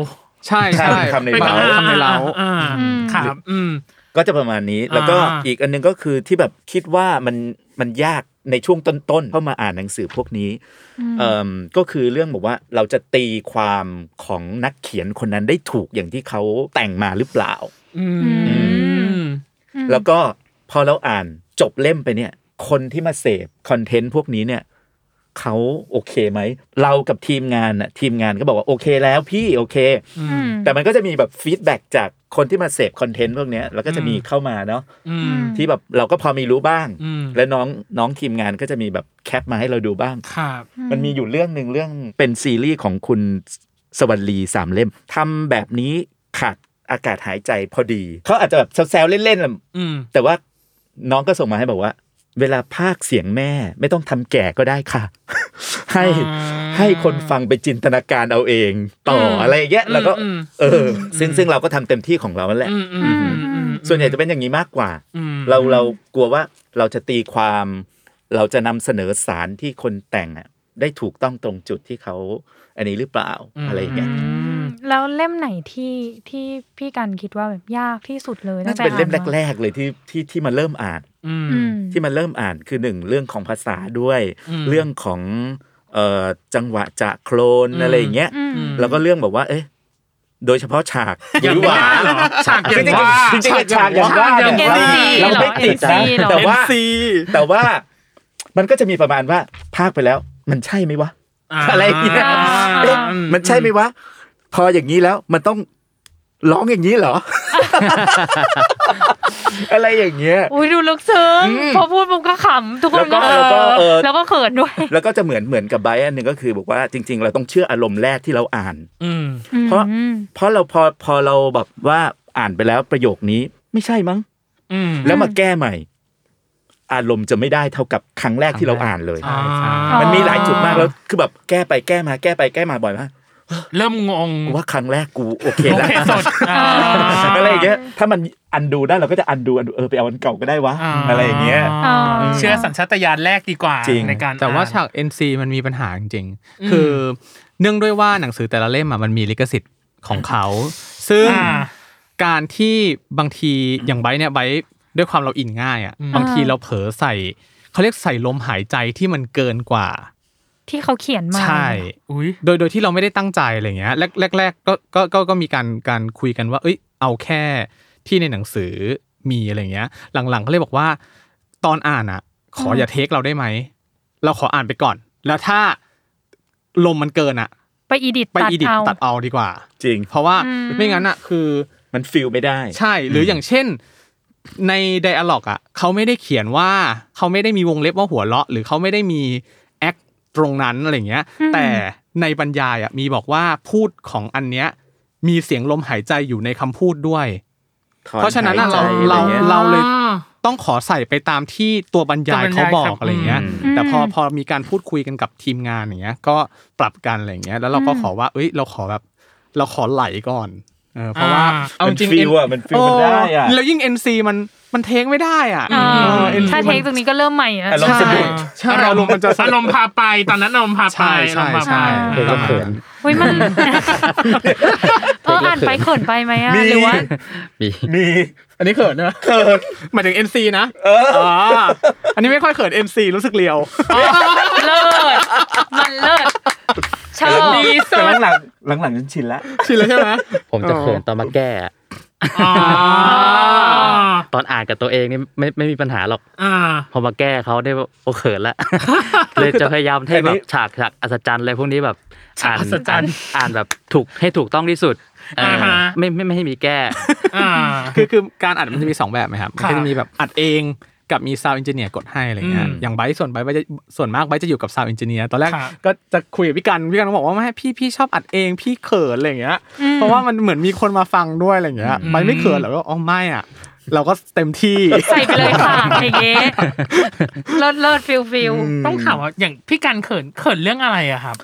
ใช่
ใช่
ใช่
เป็นคำใน
เป็น
เล้า
คำในเล้า
อ่า
อืม
ครับอืม
ก็จะประมาณนี้แล้วก็
อ่า
อีกอันหนึงก็คือที่แบบคิดว่ามันมันยากในช่วงต้นๆเข้ามาอ่านหนังสือพวกนี้เอิ่มก็คือเรื่องบอกว่าเราจะตีความของนักเขียนคนนั้นได้ถูกอย่างที่เขาแต่งมาหรือเปล่า
อืม
อืม
แล้วก็พอเราอ่านจบเล่มไปเนี่ย คนที่มาเสพคอนเทนต์พวกนี้เนี่ยเขาโอเคไหม เรากับทีมงานน่ะทีมงานก็บอกว่าโอเคแล้วพี่โอเค
อืม
แต่มันก็จะมีแบบฟีดแบ็กจากคนที่มาเสพคอนเทนต์พวกเนี้ยแล้วก็จะมีเข้ามาเนาะ
อื
อื
ม
ม
ที่แบบเราก็พอมีรู้บ้าง
อืม
และน้องน้องทีมงานก็จะมีแบบแคปมาให้เราดูบ้าง
ครับ
มันมีอยู่เรื่องหนึ่งเรื่องเป็นซีรีส์ของคุณสวัสดีสามเล่มทำแบบนี้ขาดอากาศหายใจพอดีเขาอาจจะแบบแซวๆเล่นๆแหละ
อืม
แต่ว่าน้องก็ส่งมาให้บอกว่า เวลาภาคเสียงแม่ ไม่ต้องทำแก่ก็ได้ค่ะ ให้
อ่า
ให้คนฟังไปจินตนาการเอาเองต่อ
อืม
อะไรอย่างเงี้ยแล้วก็
อืม
เออ ซึ่งซึ่งเราก็ทำเต็มที่ของเรานั่นแหละ
อืมอืมอืมอืม
ส่วนใหญ่จะเป็นอย่างนี้มากกว่า
อืม
เราเรากลัวว่าเราจะตีความ เราจะนำเสนอสารที่คนแต่งอะได้ถูกต้องตรงจุดที่เขาอันนี้หรือเปล่า
อืม
อะไรอย่างเงี้ย
แล้วเล่มไหนที่ที่พี่กันคิดว่าแบบยากที่สุดเลย
น่าจะเป็นเล่ม
ตั้งต่
แรก ๆ เลยที่ที่ที่มาเริ่มอ่าน
อืม
อ่านมาอืม
ที่มันเริ่มอ่านคือหนึ่งเรื่องของภาษาด้วย
อืม
เรื่องของเอ่อจังหวะจะโครน
อืม
อะไรอย่างเงี้ย
อืม
แล้วก็เรื่องแบบว่า เอ๊ะ โดยเฉพาะฉากหรือหวา
เหรอฉากอ
จ
ย่าง
ริง
ว่า
ๆจริงๆฉากอย่างว่าเนี่ย
ฉากอย่างว่า
เราไม่ติดนะ
NC เหรอ
แต่ว่า
NC
แต่ว่ามันก็จะมีประมาณว่าภาคไปแล้ว มันใช่ไหมวะ อะไรอย่างเงี้ย
อ่า
เอ๊ะมันใช่ไหมวะ พออย่างนี้แล้วมันต้องร้องอย่างนี้เหรอ อะไรอย่างเงี้ย
อุ้ยดูลึกซึ้งพอพูดปุ๊บก็ขำทุกคนก็
แล้วก็
เออแล้
แล้วก็เออ
วก็เขินด้วย
แล้วก็จะเหมือนเหมือนกับไบรอันหนึ่งก็คือบอกว่าจริง ๆ เราต้องเชื่ออารมณ์แรกที่เราอ่าน
อืม
เพราะ เพราะเราพอพอเราแบบว่าอ่านไปแล้วประโยคนี้ไม่ใช่มั้ง
อืม
แล้วมาแก้ใหม่ อารมณ์จะไม่ได้เท่ากับครั้งแรกที่เราอ่านเลย
ใช่ใช่
อ๋อ
มันมีหลายจุดมากแล้วคือแบบแก้ไปแก้มาแก้ไปแก้มาบ่อยมาก
เริ่มงง
กูว่าครั้งแรกกูโอเค
โอ
แล้ว
เคสดอ่า
อะไรอย่างเงี้ยถ้ามันอันดูได้เราก็จะอันดูอันดูเออไปเอาอันเก่าก็ได้วะ
อ่า
อะไรอย่างเงี้ย
เชื่อสัญชาตญาณแรกดีกว่า
จริง
ในการ
แต่ว่า
อ่น
ฉาก NC มันมีปัญหาจริงๆ คือเนื่องด้วยว่าหนังสือแต่ละเล่มอะมันมีลิขสิทธิ์ของเขา ซึ่ง
อ่า
การที่บางทีอย่างไบร์ทเนี่ยไบร์ทด้วยความเราอินง่ายอ่ะ
อืม
บางทีเราเผลอใส่เขาเรียกใส่ลมหายใจที่มันเกินกว่า
ที่เขาเขียนมา
ใช่
อุ้ย
โดยโดยที่เราไม่ได้ตั้งใจอะไรเงี้ยแรกแรกแรกก็ก็ก็ก็มีการการคุยกันว่า เอ้ยเอาแค่ที่ในหนังสือมีอะไรเงี้ย หลังๆก็เลยบอกว่า ตอนอ่านอ่ะ ขออย่าเทคเราได้ไหม เราขออ่านไปก่อน แล้วถ้าลมมันเกินอ่ะ
ไปอีดิต
ไป
ตัด
อีดิต
เอา
ตัดเอาดีกว่า
จริง
เพราะว่า
อืม
ไม่งั้นอ่ะคือ
มันฟิลไม่ได้
ใช่ หรืออย่างเช่นในไดอะล็อกอ่ะเขาไม่ได้เขียนว่าเขาไม่ได้มีวงเล็บว่าหัวเราะ หรือเขาไม่ได้มีแอคตรงนั้นอะไรเงี้ย แต่ในบรรยายอ่ะมีบอกว่าพูดของอันเนี้ยมีเสียงลมหายใจอยู่ในคำพูดด้วย
ถอ
เพราะฉะนั้นอะ
หยใจ
เรา
อะไร
เรา
งี้ย
เราเลยต้องขอใส่ไปตามที่ตัวบรรยายเขาบอ
ตัวบรรยายครั
ก
บ
อะไรเงี้ย
อืม
แต่พอพอมีการพูดคุยกันกับทีมงานอย่างเงี้ย ก็ปรับกันอะไรเงี้ย แล้วเราก็ขอว่า เอ้ยเราขอแบบ เราขอไหลก่อนเอ ออเพราะว่า
อ่า
เอาจ
มัน
ริง
ฟิลอะมันฟิลมันได้อะ
แล้วยิ่ง NC มันมันเทคไม่ได้อ่ะ
อ่า
เออ NC
ถ้าเทคตรงนี้ก็เริ่มใหม่อะ
อ่ะลอง
ใช่
สะดุด
ใช่อารมณ์มันจะ
อารมณ์พาไปตอนนั้นอารมณ์พาไป
ใช่ใช่
อารมณ์พาไป
ใช่
เออก็เขิน
เฮ้ยมันเอออ่านไปเขินไปไหมอะ
มี
หรือว่า
มี
มี
อันนี้เขินนะ
เกิด
หมายถึง NC นะ
เออ
อ๋ออันนี้ไม่ค่อยเขิน NC รู้สึกเลียว
เลิศมันเลิศชอบ
ดีสุ
แต่
ด
หลังๆหลังๆฉันชินละ
ชินแล้วใช่ไหม
ผมจะเขินตอนมาแก้อะ
อ๋อ
ตอนอ่านกับตัวเองนี่ไม่ไม่มีปัญหาหรอก
อ่า
พอมาแก้เขาได้โอเขิน ละ เลยจะพยายามให้
อัน
แบ
นี้
บฉากฉากอัศจรรย์อะไรพวกนี้แบบ
ฉากอัศจรรย์
อ่านอ่านแบบถูกให้ถูกต้องที่สุดเอออา
ฮะ
ไม่ไม่ไม่ให้มีแก้
อ่า
คือคือการอัดมันจะมี 2 แบบไหมครับมัน
ค่ะ
ก็จะมีแบบอัดเองกับมีซาว n d เอนจิเนียร์กดให้อะไรเงี้ย
อืม
อย่างไบร์ทส่วนไบร์ทไบร์ทจะส่วนมากไบร์ทจะอยู่กับซาว n d เอนจิเนียร์ตอนแรก
ค่ะ
ก็จะคุยกับพี่กันพี่กันก็บอกว่าไม่พี่พี่ชอบอัดเองพี่เขินอะไรเงี้ย
อืม
เพราะว่ามันเหมือนมีคนมาฟังด้วยอะไรเงี้ย
อืม
ไบร์ทไม่เขินเหรอก็อ๋อไม่อ่ะเราก็เต็มที่
ใส่ไปเลยค่ะอย่างเงี้ยเลิศเลิศฟิลฟิล
ต้องถามว่าอย่างพี่กันเขินเขินเรื่องอะไรอะครับ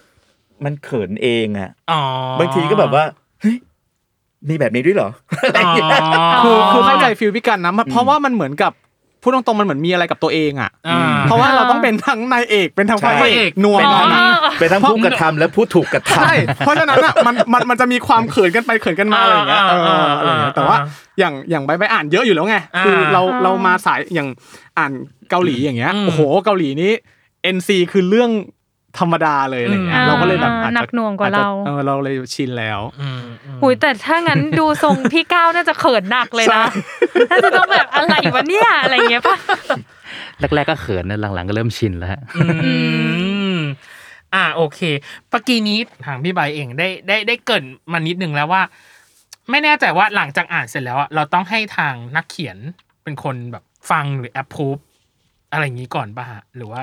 มันเขินเองอะ
อ๋อบ
างทีก็แบบว่าเฮ้ยมีแบบนี้ด้วยเหรอ
อ๋อ
คือคือเข้าใจฟิลพี่กันนะมันเพราะว่ามันเหมือนกับพูดตรงๆมันเหมือนมีอะไรกับตัวเองอ่ะ
อ่า
เพราะว่าเราต้องเป็นทั้งนายเอกเป็นทั้งพระ
ใช่
เอกหนวง
เป็นทั้ง
นะ
เป็นทั้งผู้กระทำและผู้ถูกกระทำ
ใช่ เพราะฉะนั้นอ่ะมันมันมันจะมีความเขินกันไปเขินกันมาอะไรอย่างเงี้ยเอ
อ่าอ่า
ออะไรอย่างเงี้ยแต่ว่า
อ่า
อย่างอย่างใบไปอ่านเยอะอยู่แล้วไง
อ่า
คือเราเรามาสายอย่างอ่านเกาหลีอย่างเงี้ย
อืม
โอ้โหเกาหลีนี้ NC คือเรื่องธรรมดาเลยอะไรอย่างเงี้ย
อ่า
เราก็เลยแบบอาจ
หนั
จะ
กหน่วงกว่า
อจจะ
เรา
เออเราเลยชินแล้ว
อืมอืม
หุยแต่ถ้างั้นดูทรงพี่ก้าวน่าจะเขินหนักเลยนะน่าจะต้องแบบอะไรวะเนี่ยอะไรเงี้ยป่ะ
แรก ๆ ก็เขินนะหลังๆ ก็เริ่มชินแล้วฮะ
อืมอ่าโอเคปะกี้นี้ทางพี่ใบเองได้ได้ได้เกรินมานิดนึงแล้วว่า ไม่แน่ใจว่าหลังจากอ่านเสร็จแล้วอะเราต้องให้ทางนักเขียนเป็นคนแบบฟังหรือแอปพูฟอะไรอย่างนี้ก่อนป่ะฮะหรือว่า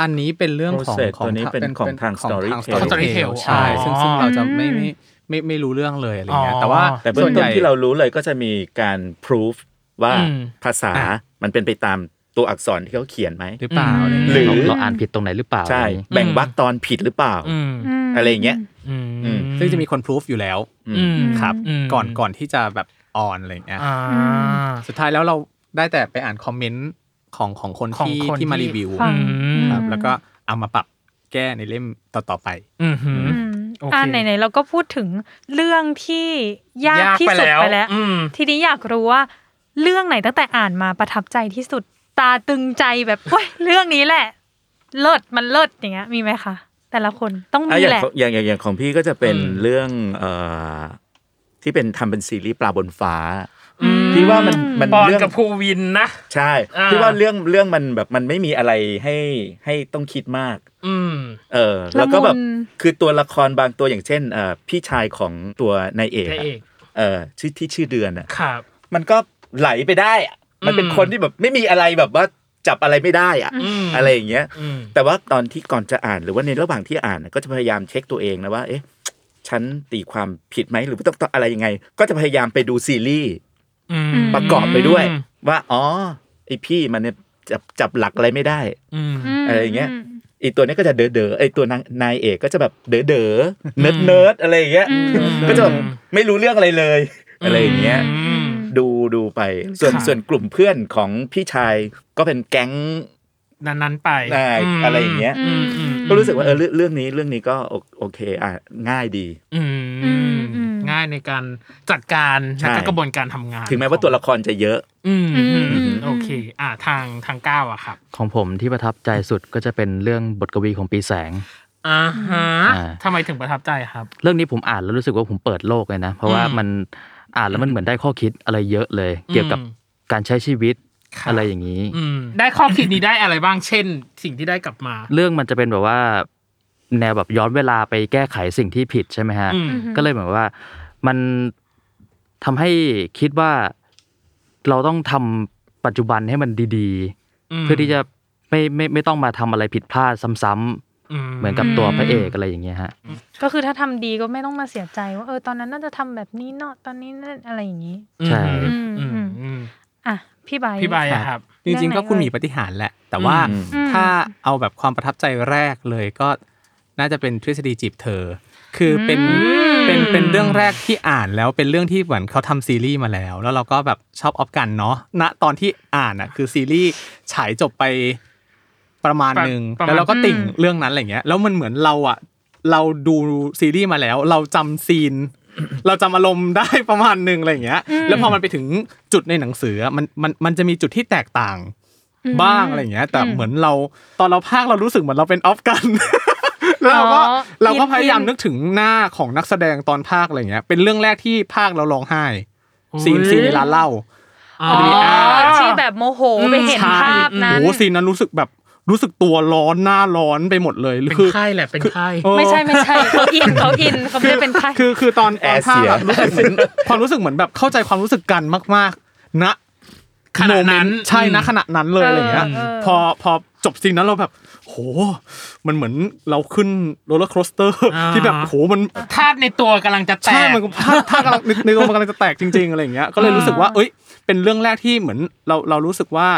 อันนี้เป็นเรื่องของ
โปรเซส
ของ
ตัวนี้เป็นของทาง Storytel
ของ Storytel ใช่ซึ่งซึ่งเราจะไม่ไม่ไม่ไม่รู้เรื่องเลยอะไรเงี้ย
อ๋อ
แต่ว่า
แต่เบื้อ
ส่ว
ง
นให
ต้น
ญ่
ที่เรารู้เลยก็จะมีการพิสูจว่า
อืม
ภาษา
อ่ะ
มันเป็นไปตามตัวอักษรที่เขาเขียนไหม
หรือเปล่าอะไร
ห
เงี้ย
รือ
เราเราอ่านผิดตรงไหนหรือเปล่า
ใช่
อะไรอย่างงี้
แบ่งวรรคตอนผิดหรือเปล่า
อืม
อะไรอย่างเงี้ย
อืม
อืม
ซึ่งจะมีคนพิสูจอยู่แล้ว
อืม
ครับ
อืม
ก่อนก่อนที่จะแบบออนอะไรเงี้ย
อ่า
สุดท้ายแล้วเราได้แต่ไปอ่านคอมเมนต์ของของคน
ของ
ที่
คน
ที่มา
ที่
รีวิว
ฟัง
อืม
ครับแล้วก็เอามาปรับแก้ในเล่มต่อๆไป
อืมหืม
อืม
โอเค
อ่าไหนๆเราก็พูดถึงเรื่องที่ยากที่สุดไปแล้ว
อืม
ทีนี้อยากรู้ว่า เรื่องไหนตั้งแต่อ่านมาประทับใจที่สุดตาตึงใจแบบ เว้ยเรื่องนี้แหละ เลิศมันเลิศอย่างเงี้ยมีไหมคะแต่ละคนต้อง
อ่ะ
มี
อย่าง
แหละ
ของอย่างอย่างอย่างของพี่ก็จะเป็น
อืม
เรื่องเอ่อที่เป็นทำเป็นซีรีส์ปลาบนฟ้า
อืม
ที่ว่ามันมัน
ปอน
เรื่อง
กับภูวินนะ
ใช่
อ่า
ที่ว่าเรื่องเรื่องมันแบบมันไม่มีอะไรให้ให้ต้องคิดมาก
อืม
เออ แล้วก็แบบ
ละมุน
คือตัวละครบางตัวอย่างเช่นเอ่อพี่ชายของตัวนายเอก
พระ
อะ
เอก
เออชื่อที่ชื่อเดือนอ่ะ
ครับ
มันก็ไหลไปได้อะมันเป็น
อืม
คนที่แบบไม่มีอะไรแบบว่าจับอะไรไม่ได้อ่ะ
อืม
อะไรอย่างเงี้ย
อืม
แต่ว่าตอนที่ก่อนจะอ่านหรือว่าในระหว่างที่อ่านน่ะก็จะพยายามเช็คตัวเองนะว่า เอ๊ะ ฉันตีความผิดไหมหรือว่าต้องต้องอะไรยังไง ก็จะพยายามไปดูซีรีส์
อืม
ประกอบไปด้วย ว่าอ๋อไอพี่มันเนี่ยจับจับหลักอะไรไม่ได้
อืม
ม
อะไรอย่างเงี้ย ไอีตัวเนี้ยก็จะเด๋อเด๋อๆไอตัวนางนายเอกก็จะแบบเด๋อเด๋อเนิร์ดเนิร์ดอะไรอย่างเงี้ย
อืม
ก็จะแบบไม่รู้เรื่องอะไรเลยอะไรอย่างเงี้ย
อืม
ดูดูไปส่วน
ค่ะ
ส่วนกลุ่มเพื่อนของพี่ชายก็เป็นแก๊ง
นั้นๆไป
ได้อะไรอย่างเงี้ย
มอืม
ก็รู้สึกว่าเออเรื่องเรื่องนี้เรื่องนี้ก็โอโอเคอ่ะง่ายดี
อืม
อืมอืม
ง่ายในการจัดการ
ใช่
และก็กระบวนการทำงาน
ถึงแม้ว่าตัวละครจะเยอะ
อืมอืม
อืม
โอเค อ่าทางทางก้าวอะครับ
ของผมที่ประทับใจสุดก็จะเป็นเรื่องบทกวีของปีแสง
อ่าฮะ
อ่า
ทำไมถึงประทับใจครับ
เรื่องนี้ผมอ่านแล้วรู้สึกว่าผมเปิดโลกเลยนะ เพราะว่า
อืม
มันอ่านแล้วมันเหมือนได้ข้อคิดอะไรเยอะเลย เกี่ยวกับ
อืม
การใช้ชีวิต
ค่ะ
อะไรอย่างนี้
อืมได้ข้อคิดนี้ได้อะไรบ้าง เช่น สิ่งที่ได้กลับมา
เรื่องมันจะเป็นแบบว่าแนวแบบย้อนเวลาไปแก้ไขสิ่งที่ผิดใช่ไหมฮะ
อืม
ก็เลยเหมือนว่ามันทำให้คิดว่าเราต้องทำปัจจุบันให้มันดีๆ เพื่อที่จะไม่ไม่ไม่ต้องมาทำอะไรผิดพลาดซ้ำๆเหมือนกับตัวพระเอกอะไรอย่างเงี้ยฮะ
ก็คือถ้าทำดีก็ไม่ต้องมาเสียใจว่าเออตอนนั้นน่าจะทำแบบนี้เนาะตอนนี้นั่นอะไรอย่างนี้
ใช่
อืม
อืม
อืมอืม
อ่ะพี่ใบ
พี่ใบอะครับ
จริงๆก็คุณหมีปฏิหารแหละ แต่ว่า
อืม
ถ้าเอาแบบความประทับใจแรกเลยก็น่าจะเป็นทฤษฎีจีบเธอ คือเป็น
อืม
เป็นเป็นเรื่องแรกที่อ่านแล้วเป็นเรื่องที่เหมือนเขาทำซีรีส์มาแล้ว แล้วเราก็แบบชอบออฟกันเนาะณตอนที่อ่านอ่ะคือซีรีส์ฉายจบไปประมาณหนึ่ง
ประมาณ
แล้วเราก็ติ่งเรื่องนั้นอะไรเงี้ยแล้วมันเหมือนเราอ่ะเราดูซีรีส์มาแล้ว เราจำซีน เราจำอารมณ์ได้ประมาณหนึ่งอะไรเงี้ย แล้วพอมันไปถึงจุดในหนังสืออะมันมันมันจะมีจุดที่แตกต่าง บ้างอะไรอย่างเงี้ย แต่เหมือนเราตอนเราภาคเรารู้สึกเหมือนเราเป็นออฟกัน แล้วเราก็
อ๋อ
เราก็
อิน
พยายามนึกถึงหน้าของนักแสดงตอนภาคอะไรอย่างเงี้ย เป็นเรื่องแรกที่ภาคเราร้องไห้ซีนซีนในร้านเหล้า
อ๋อ
อ่า
ที่แบบโมโหไปเห็น
ใช่
ภาพนั้น
โอ้โหซีนนั้นรู้สึกแบบรู้สึกตัวร้อนหน้าร้อนไปหมดเลย
เป็น
คือ
ไข้แหละเป็นไข้
เออ
ไม่ใช่ไม่ใช่เขาอินเขาอินเขาไม่ได้เป็นใคร
คือคือตอน
แอ
ตอน
ร์
ภา
เสี
ค
ย
อะรู้สึกเหมือนความรู้สึกเหมือนแบบเข้าใจความรู้สึกกันมากๆณ
ขณะนั้น
โมเมต์ใช่นะขณะนั้นเลย
เออ
อะไรเงี้ย
เออ
พอพอจบซีนนั้นเราแบบ โห มันเหมือนเราขึ้นโรลเลอร์โคสเตอร์ ที่แบบโหมัน
ธาตุในตัวกำลังจะแต
ใช่
ก
มันท่าท่ากำลังนึกมันกำลังจะแตกจริง ๆอะไรเงี้ยก็เลยรู้สึกว่า เอ้ย เป็นเรื่องแรกที่เหมือนเราเรารู้สึกว่า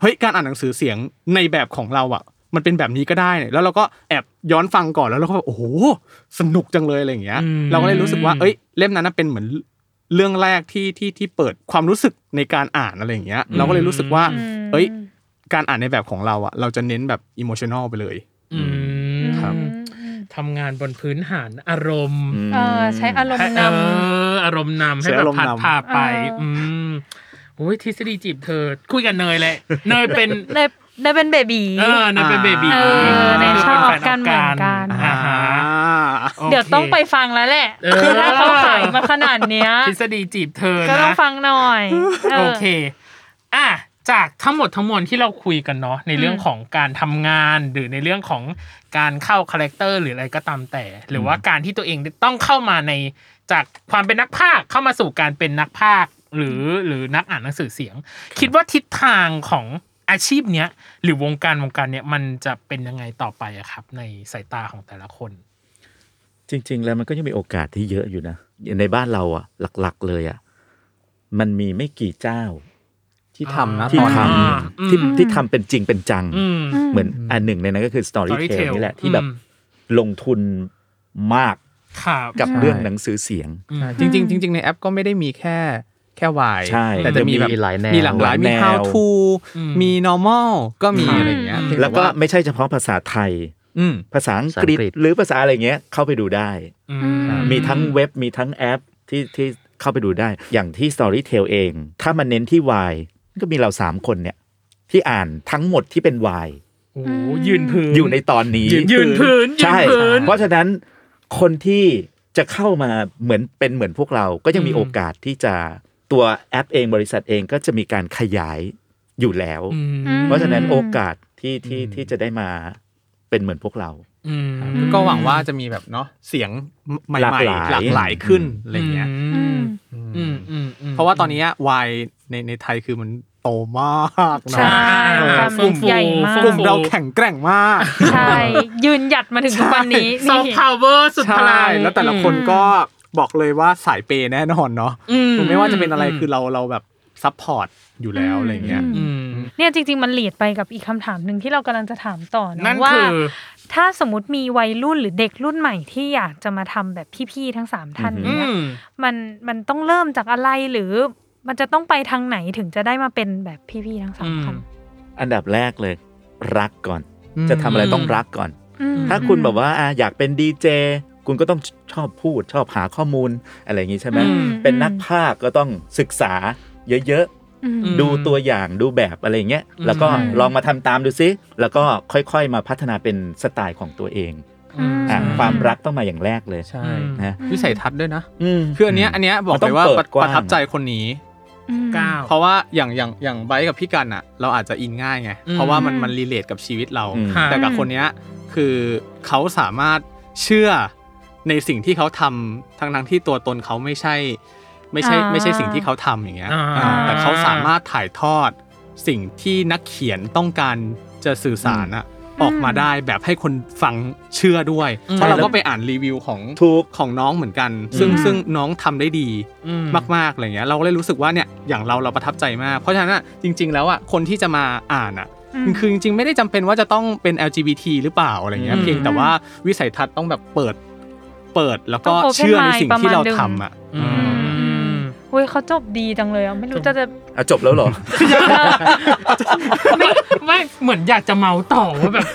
เฮ้ยการอ่านหนังสือเสียงในแบบของเราอ่ะ มันเป็นแบบนี้ก็ได้เนี่ยแล้วเราก็แอบย้อนฟังก่อนแล้วเราก็แบบโอ้โหสนุกจังเลยอะไรอย่างเงี้ย
อืม
เราก็เลยรู้สึกว่า เอ้ย เล่มนั้นนะเป็นเหมือนเรื่องแรกที่ที่ที่เปิดความรู้สึกในการอ่านอะไรอย่างเงี้ย เราก็เลยรู้สึกว่า
อืม
เอ้ย การอ่านในแบบของเราอ่ะ เราจะเน้นแบบอิโมชันอลไปเลย
อืม
ครับ
ทำงานบนพื้นฐานอารมณ์
เออใช้อารม
ให้
ณ์
เอน ออารมณ์นำให้
ใช้
แบ
อา
บ
รมณ์
พัด
นำ
พาไป อืมโอ้ยทฤษฎีจีบเธอ คุยกันเนยเลย เนยเป็น
ำได้ได้เป็นเบบี
เออเนยเป็นเบบี
เออเนยชอบกันเหมือนกัน
อ่าฮะโค
เดี๋ยวต้องไปฟังแล้วแหละ
เออ
คือถ้าเขาขายมาขนาดเนี้ย
ทฤษฎีจีบเธอนะ
ก็ต้องฟังหน่อย
โอเค อ่ะ จากทั้งหมดทั้งมวลที่เราคุยกันเนาะในเรื่องของการทำงานหรือในเรื่องของการเข้าคาแรคเตอร์หรืออะไรก็ตามแต่ หรือว่าการที่ตัวเองต้องเข้ามาในจากความเป็นนักพากย์เข้ามาสู่การเป็นนักพากย์หรือหรือนักอ่านหนังสือเสียง คิดว่าทิศทางของอาชีพเนี้ยหรือวงการวงการเนี้ยมันจะเป็นยังไงต่อไปอะครับ ในสายตาของแต่ละคน
จริง ๆ แล้วมันก็ยังมีโอกาสที่เยอะอยู่นะในบ้านเราอ่ะ หลักๆ เลยอ่ะมันมีไม่กี่เจ้า
ที่ทำนะ
ที่
ตอน
ท
นั้น
ำที่ที่ทำเป็นจริงเป็นจัง
อืม
เหมือนอันหนึ่งในนั้นก็คือ Storytel
Storytel
นี่แหละที่แบบ
อืม
ลงทุนมาก
ครับ
กับ
ใช่
เรื่องหนังสือเสียง
อ่าจริงๆจริงๆในแอปก็ไม่ได้มีแค่แค่วาย
ใช่
แต่จะมีแบบ
มีหลายแนว
มีหลากหลา
ห
ย
ลาย
มี
แนว
how to มี normal ก็มี
อืม
อะไรอย่างเงี้ยเพียงต่
แล้วก็
า
ไม่ใช่เฉพาะภาษาไทย
อืม
ภาษาอังกฤษ
ภาษาอังกฤษ
หรือภาษาอะไรเงี้ยเข้าไปดูได้
อื
มีทั้งเว็บมีทั้งแอปที่ที่เข้าไปดูได้ อย่างที่ Storytel เอง ถ้ามันเน้นที่วายก็มีเราสามคนเนี่ย ที่อ่านทั้งหมดที่เป็นวาย
โอ้โหยืนพื้น
อยู่ในตอนนี้
ยืนพื้นยืน
ใช่
พื้น
เพราะฉะนั้นคนที่จะเข้ามาเหมือนเป็นเหมือนพวกเรา ก็ยังมี
อืม
โอกาสที่จะตัวแอปเองบริษัทเองก็จะมีการขยายอยู่แล้ว
อืม
อืม
เพราะฉะนั้นโอกาสที่ที่ที่จะได้มาเป็นเหมือนพวกเรา
อืม
ก็หวังว่าจะมีแบบเนาะเสียงใหม่
หลากหลาย
ๆหลากหลายขึ้นอะไรเงี้ย
อืม
อืมอืมอืม
เพราะว่าตอนนี้วายในในไทยคือมันโตมาก
ใช่
เนาะ
ความ
ฟูฟู
ใหญ่มาก
กลุ่มเราแข็งแกร่งมาก
ใช่ ยืนหยัดมาถึงทุกวันนี้
ซอฟ
นี่
ต์พาวเวอร์สุดพ
ใช่
ลัง
แล้วแต่ละคนก็บอกเลยว่าสายเปย์แน่นอนเนาะ
อืม
ไม่ว่าจะเป็นอะไรคือเราเราแบบซัพพอร์ตอยู่แล้วอะไรเงี้ย
อืม
เนี่ยจริง ๆ มันหลีดไปกับอีกคำถามหนึ่งที่เรากำลังจะถามต่อ
นั่
นะ
น
ว่า
คือ
ถ้าสมมติมีวัยรุ่นหรือเด็กรุ่นใหม่ที่อยากจะมาทำแบบพี่ๆทั้งสามท่าน
อือ
อื
หื
เนี่ย
ม
มันมันต้องเริ่มจากอะไรหรือมันจะต้องไปทางไหนถึงจะได้มาเป็นแบบพี่ๆทั้งสา
อื
ม
ม
ท่าน
อันดับแรกเลย รักก่อน
อืม
จะทำอะไรต้องรักก่อน
อืม
ถ้าคุณแบบว่าอ่ะอยากเป็นดีเจคุณก็ต้องชอบพูดชอบหาข้อมูลอะไรอย่างงี้ใช่ไหม
อืม
เป็นนักภาคก็ต้องศึกษาเยอะๆ
อืม
ดูตัวอย่างดูแบบอะไรอย่างเงี้ย แล้วก็
อืม
ลองมาทำตามดูซิ แล้วก็ค่อยๆมาพัฒนาเป็นสไตล์ของตัวเอง
อืม
อ่ะ
ใช่
ความรักต้องมาอย่างแรกเลย
ใช่
อืม
นะ
วิสัยทัศน์ด้วยนะ
อืม
คืออันเนี้ยอันเนี้ยบอก
มันต้
เล
อง
ยว่า
เปิด
ประ
กว้าง
ประทับใจคนนี้
อืม
เก้า
เพราะว่าอย่างอย่างอย่างไบร์ทกับพี่กันอ่ะ เราอาจจะอินง่ายไง
อืม
เพราะว่ามันมันรีเลทกับชีวิตเรา
อืม
แต่กับคนเนี้ยคือเขาสามารถเชื่อในสิ่งที่เขาทำทั้งทั้งๆที่ตัวตนเขาไม่ใช่ ไม่ใช่
อ่า
ไม่ใช่สิ่งที่เขาทำอย่างเงี้ย
อ่า
อ่าแต่เขาสามารถถ่ายทอดสิ่งที่นักเขียนต้องการจะสื่อสารอะออกมาได้แบบให้คนฟังเชื่อด้วยเพราะเราก็ไปอ่านรีวิวของ
ถูก
ของน้องเหมือนกัน ซึ่ง
อืม
ซึ่งน้องทำได้ดี
อืม
มากๆอะไรเงี้ยเราก็เลยรู้สึกว่าเนี่ยอย่างเราเราประทับใจมาก เพราะฉะนั้นอะจริง ๆ แล้วอ่ะคนที่จะมาอ่านอ่ะคือจริง ๆ ไม่ได้จำเป็นว่าจะต้องเป็น LGBT หรือเปล่าอะไรเงี้ย
อืม
เพียงแต่ว่าวิสัยทัศน์ต้องแบบเปิด เปิดแล้วก็
ต้อง open
เชื่อในสิ่ง
mind
ที่เรา
ประมาณหนึ่ง
ทำอ่ะ
อืม
เว้ยเขาจบดีจังเลยอ่ะไม่รู้จะจะ
อ่ะจบแล้วเหรอ
ไม่ไม่เหมือนอยากจะเมาต่อว่าแบบ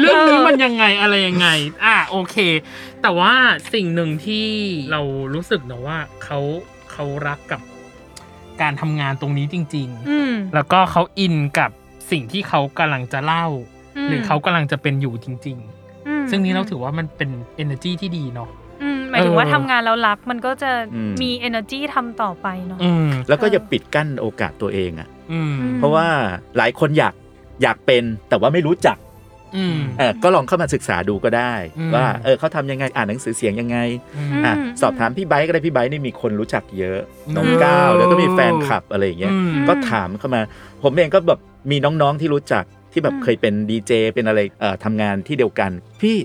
เรื่องนี้มันยังไงอะไรยังไง อ่ะโอเค แต่ว่าสิ่งหนึ่งที่เรารู้สึกนะว่าเขาเขารักกับการทำงานตรงนี้จริง
อืม
ๆ แล้วก็เขาอินกับสิ่งที่เขากำลังจะเล่า หรือเขากำลังจะเป็นอยู่จริง
อืม
ๆ ซึ่งนี้เราถือว่ามันเป็น energy ที่ดีเนาะ
อืมหมายถึงว่า
เออ
ทำงานแล้วรักมันก็จะ
อืม
มี energy ทำต่อไปเนาะ
อืม
แล้วก็อย่าปิดกั้นโอกาสตัวเองอ่ะ
อืม
อืม
เพราะว่าหลายคนอยากอยากเป็นแต่ว่าไม่รู้จัก
อืม
เออก็ลองเข้ามาศึกษาดูก็ได้
อืม
ว่าเออเขาทำยังไงอ่านหนังสือเสียงยังไง
อืม
อ่ะ
อืม
สอบถามพี่ไบค์ก็ได้พี่ไบค์นี่มีคนรู้จักเยอะน้อง
อืม
ก้าวแล้วก็มีแฟนคลับอะไรอย่างเงี้ย
อืม
ก็ถามเข้ามา ผมเองก็แบบมีน้องๆที่รู้จักที่แบบ
อืม
เคยเป็นดีเจเป็นอะไรเอ่อทำงานที่เดียวกัน พี่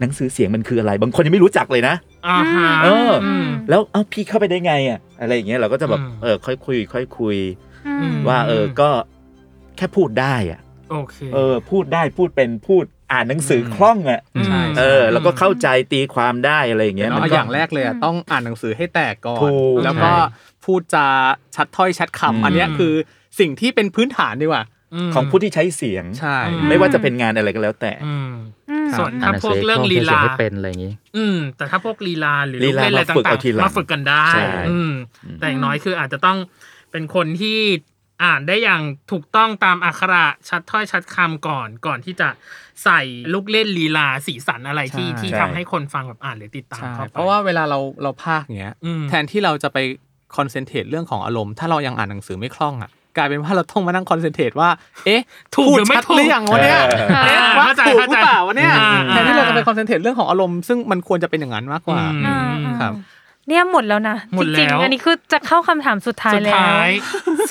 หนังสือเสียงมันคืออะไร บางคนยังไม่รู้จักเลยนะ
อ่าฮะ
เออ
ม
แล้วเอ้าพี่เข้าไปได้ไงอ่ะอะไรอย่างเงี้ยเราก็จะแบบ
อืม
เออค่อยคุยค่อยคุย
อืม
ว่าเออก็แค่พูดได้อ่ะ
โอเค
เออพูดได้พูดเป็นพูดอ่านหนังสือคล่องอ่ะ
ใช่
เออ แล้วก็เข้าใจตีความได้อะไรอย่างเงี้ย
เอา
มั
เอา
ก็
อย่างแรกเลยอะต้องอ่านหนังสือให้แตกก่อ
ถู
น
ก
แล้วก็
ใช่
พูดจาชัดถ้อยชัดคำ
อืม
อันเนี้ยคือสิ่งที่เป็นพื้นฐานดีกว่า
ม
ของผู้ที่ใช้เสียง
ใช่
อื
ไม่ว่าจะเป็นงานอะไรก็แล้วแต่
อืม
อืม
ส่วน
อ่า
ถ้าน
หนัง
พว
สื
ก
อ
เรื่อง
ต้อง
ลี
เขียนเสีย
ลา
งให้เป็นอะไรอย่างงี้
อืม แต่ถ้าพวกลีลาหรือ
ลีลา
เล่นอะไร
มาฝึกเอา
ต่าง
ทีหลัง
ๆมาฝึกกันได้
ใช่
อืม แต่อย่างน้อยคืออาจจะต้องเป็นคนที่อ่านได้อย่างถูกต้องตามอักขระชัดถ้อยชัดคำก่อนก่อนที่จะใส่ลูกเล่นลีลาสีสันอะไรที่
ใช่
ที่
ใช่
ทำให้คนฟังแบบอ่านหรือติดตาม
ใช่
เข้าไป
เพราะว่าเวลาเราเราภาคเนี้ย
อืม
แทนที่เราจะไปคอนเซนเทรตเรื่องของอารมณ์ ถ้าเรายังอ่านหนังสือไม่คล่องอ่ะกลายเป็นว่าเราต้องมานั่งคอนเซนเทรตว่า เอ๊ะ
ถูก
พูด
หรือไม่
ชัด
ถูก
หรือยังวะเนี่ย
อ่า
เอ๊ะว่า
เข้าใจ
ถูก
เข้า
ห
ใจ
รือเปล่าวะเนี่ย
อ่า
แทนที่เราจะไปคอนเซนเทรตเรื่องของอารมณ์ซึ่งมันควรจะเป็นอย่างนั้นมากกว่า
อืม
อ่า
ครับ
เนี่ยหมดแล้วนะ
หม
จ
ดแล้ว
ริงๆอันนี้คือจะเข้าคำถามสุดท้าย
สุด
แล้ว
ท้าย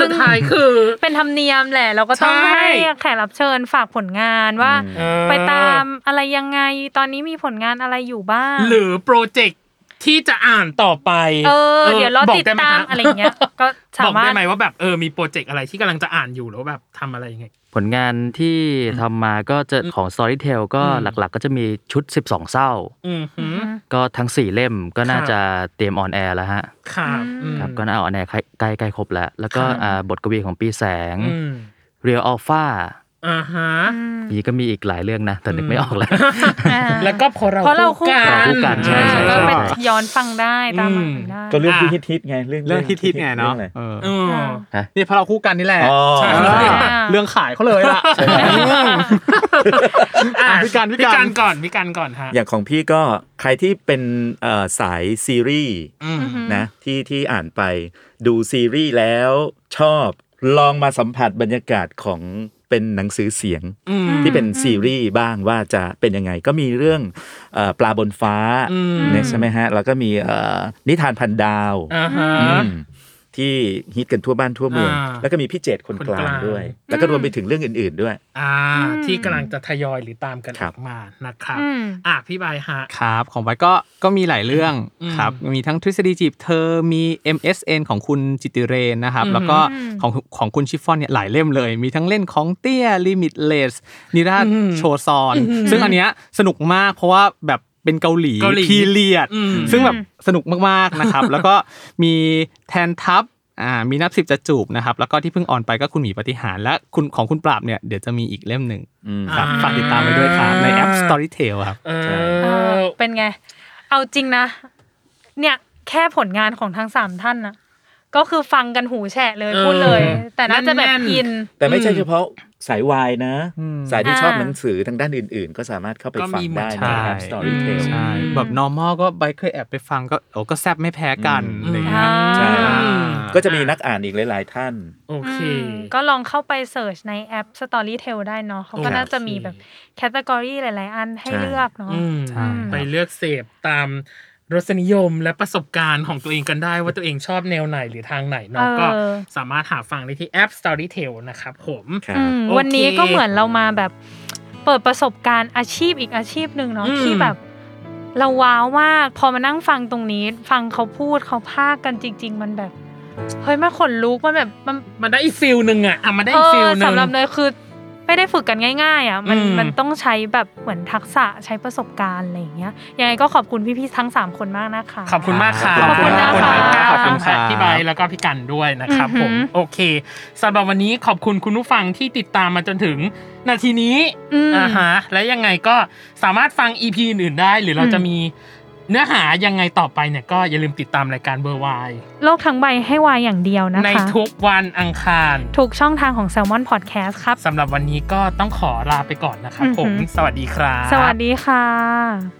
สุดท้ายคือ
เป็นธรรมเนียมแหละ เราก็ต้อง
ใช่
ให้แขกรับเชิญฝากผลงานว่า
อืม
เออ
ไปตามอะไรยังไงตอนนี้มีผลงานอะไรอยู่บ้าง
หรือโปรเจกต์ที่จะอ่านต่อไป
เออเดี๋ยวรอติด
บกห
ตาม
ฮ
อะไรอย่างเงี้ยก็สา
บอก
มาร
ได้
ถ
ไหมว่าแบบเออมีโปรเจกต์อะไรที่กำลังจะอ่านอยู่หรือว่าแบบทำอะไรยังไง
ผลงานที่ทำมาก็จะของ Storytel ก็
อืม
หลักๆ ก็จะมีชุด 12 เศร้า
อืมหือ
ก็ทั้ง 4 เล่มก็น่า
ครับ
จะเตรียมออนแอร์แล้วฮะ
ครับ
อืม
ครับก็น่าออนแอร์ใกล้ใกล้ใกล้ครบแล้ว แล้วก็อ่าบทกวีของปีแสง
อืม
Real Alpha
อ่าฮะ
นี่ก็มีอีกหลายเรื่องนะ แต่นึ
อื
ก
ม
ไม่ออกแล้ว
อ่า
แล้วก็พอเรา
เพราะเราคู่
กั
กัน
น
คู่กันใช่ใช่
อ่าก็
ใช่
ไปย้อนฟังได้ตามอ่านได้
ก็เรื่องที่
อ่ะ
ฮิตๆไงเรื่อง
เรื่องที่ทิศไงเนาะ
รื่องอร
เออ
เออ
นี่เพราะเราคู่กันนี่แหละ
อ๋อ
ใช่
เออเรื่องขายเขาเลยล่ะ
อ่ะ
อ่ะพี่กันพี่
พี่
กั
กัน นก่อนพี่กันก่อนฮะ
อย่างของพี่ก็ใครที่เป็นเอ่อสายซีรีส์
อืม
นะที่ที่อ่านไปดูซีรีส์แล้วชอบลองมาสัมผัสบรรยากาศของเป็นหนังสือเสียง
อืม
ที่เป็นซีรีส์บ้างว่าจะเป็นยังไง ก็มีเรื่องเอ่อปลาบนฟ้า
อืม
เนี่ยใช่ไหมฮะ แล้วก็มีเอ่อนิทานพันดาว
อ่าฮะ
อืมที่ฮิตกันทั่วบ้านทั่วเมือง
อ่า
แล้วก็มีพี่เจตคน
คน
ก
กลาง
ลางด้วย แล้วก็รวมไปถึงเรื่องอื่นๆด้วย
อ่า ที่กำลังจะทยอยหรือตามกัน
ค
อ
รับ
อกมานะครับ
อืม
อ่ะพี่บายฮะ
ครับของไว้ก็ก็มีหลายเรื่อง
อืม
ครับ มีทั้งทฤษฎีจีบเธอมี MSN ของคุณจิติเรนนะครับ
อืม
แล้วก็ของของคุณชิฟฟอนเนี่ยหลายเล่มเลย มีทั้งเล่นของเตี้ย Limitless นิราชโชซอน ซึ่งอันเนี้ยสนุกมากเพราะว่าแบบเป็นเกาหลี
เกาหลี
พีเรียด
อืม
ซึ่งแบบสนุกมากๆนะครับ แล้วก็มีแทนทัพอ่ามีนับสิบจะจูบนะครับ แล้วก็ที่เพิ่งออนไปก็คุณหมีปฏิหารย์และคุณของคุณปราบเนี่ยเดี๋ยวจะมีอีกเล่มหนึ่ง
อืม
ครับฝากติดตามไปด้วยครับในแอป Storytel ครับ
เอ
เอ
อ
อเป็นไง เอาจริงนะ เนี่ยแค่ผลงานของทั้งสามท่านนะก็คือฟังกันหูแฉะเลย
เออ
พูดเลย แต่น่าจะแบบ
แน่นๆ
อิน
แต่ไม่ใช่
อืม
เฉพาะสายวายนะ
อืม
สายที่
อ่า
ชอบหนังสือทางด้านอื่นๆ ก็สามารถเข้าไป
ก็
ฟั
มี
ง
หมด
ได้
ใช่
ในแอป Storytel
ใช่
อืม
แบบ normal ก็ไบเคยแอบไปฟังก็โอ้ก็แซบไม่แพ้กัน
อืม
อะไรเงี้ย
อ่า
ใช่
อ่า
ก็จะมีนักอ่านอีกหลายๆท่าน
โอเค
อืมก็ลองเข้าไปเสิร์ชในแอป Storytel ได้เนาะเขาก็
โอเค
น่าจะมีแบบแคตตากรีหลาย ๆ อันให้
ใช่
เลือกเนาะ
อืม
ใช่
ไปเลือกเสพตามรสนิยมและประสบการณ์ของตัวเองกันได้ว่าตัวเองชอบแนวไหนหรือทางไหนเนาะ
เออ
ก็สามารถหาฟังได้ที่แอป Storytel นะครับผม
ครั
อื
บ
ม
โอเค
วันนี้ก็เหมือนเรามาแบบเปิดประสบการณ์อาชีพอีกอาชีพหนึ่งเนาะ
อืม
ที่แบบเราว้าวมากพอมานั่งฟังตรงนี้ ฟังเขาพูดเขาพากกันจริง ๆ มันแบบเฮ้ยมันขนลุกมันแบบมัน
มันได้อีกฟิลหนึ่งอะอ่ะมันได้
เอ
อีกฟิล
อ
หนึ่ง
สำหรับเนยคือ ไม่ได้ฝึกกันง่าย ๆ อ่ะ มัน
อืม
มันต้องใช้แบบเหมือนทักษะใช้ประสบการณ์อะไรอย่างเงี้ยยังไงก็ขอบคุณพี่ๆทั้ง 3 คนมากนะคะ
ขอบคุณมากค่ะ
ขอบคุณมากค่ะ
ขอบคุณค่ะ
ขอบคุณค่ะ
ที่บายแล้วก็พี่กันด้วยนะครับผม
อือหือ
โอเคสำหรับวันนี้ขอบคุณคุณผู้ฟังที่ติดตามมาจนถึงนาทีนี้
อืม
อ่าฮะและยังไงก็สามารถฟัง EP อื่นๆได้ หรือเรา
อืม
จะมีเนื้อหายังไงต่อไปเนี่ยก็อย่าลืมติดตามรายการเบอร์วาย
โลกทั้งใบให้วายอย่างเดียวนะคะ
ในทุกวันอังคาร
ถูกช่องทางของ Salmon Podcast ครับ
สำหรับวันนี้ก็ต้องขอลาไปก่อนนะครับ
อือหือ
ผม สวัสดีครับ
สวัสดีค่ะ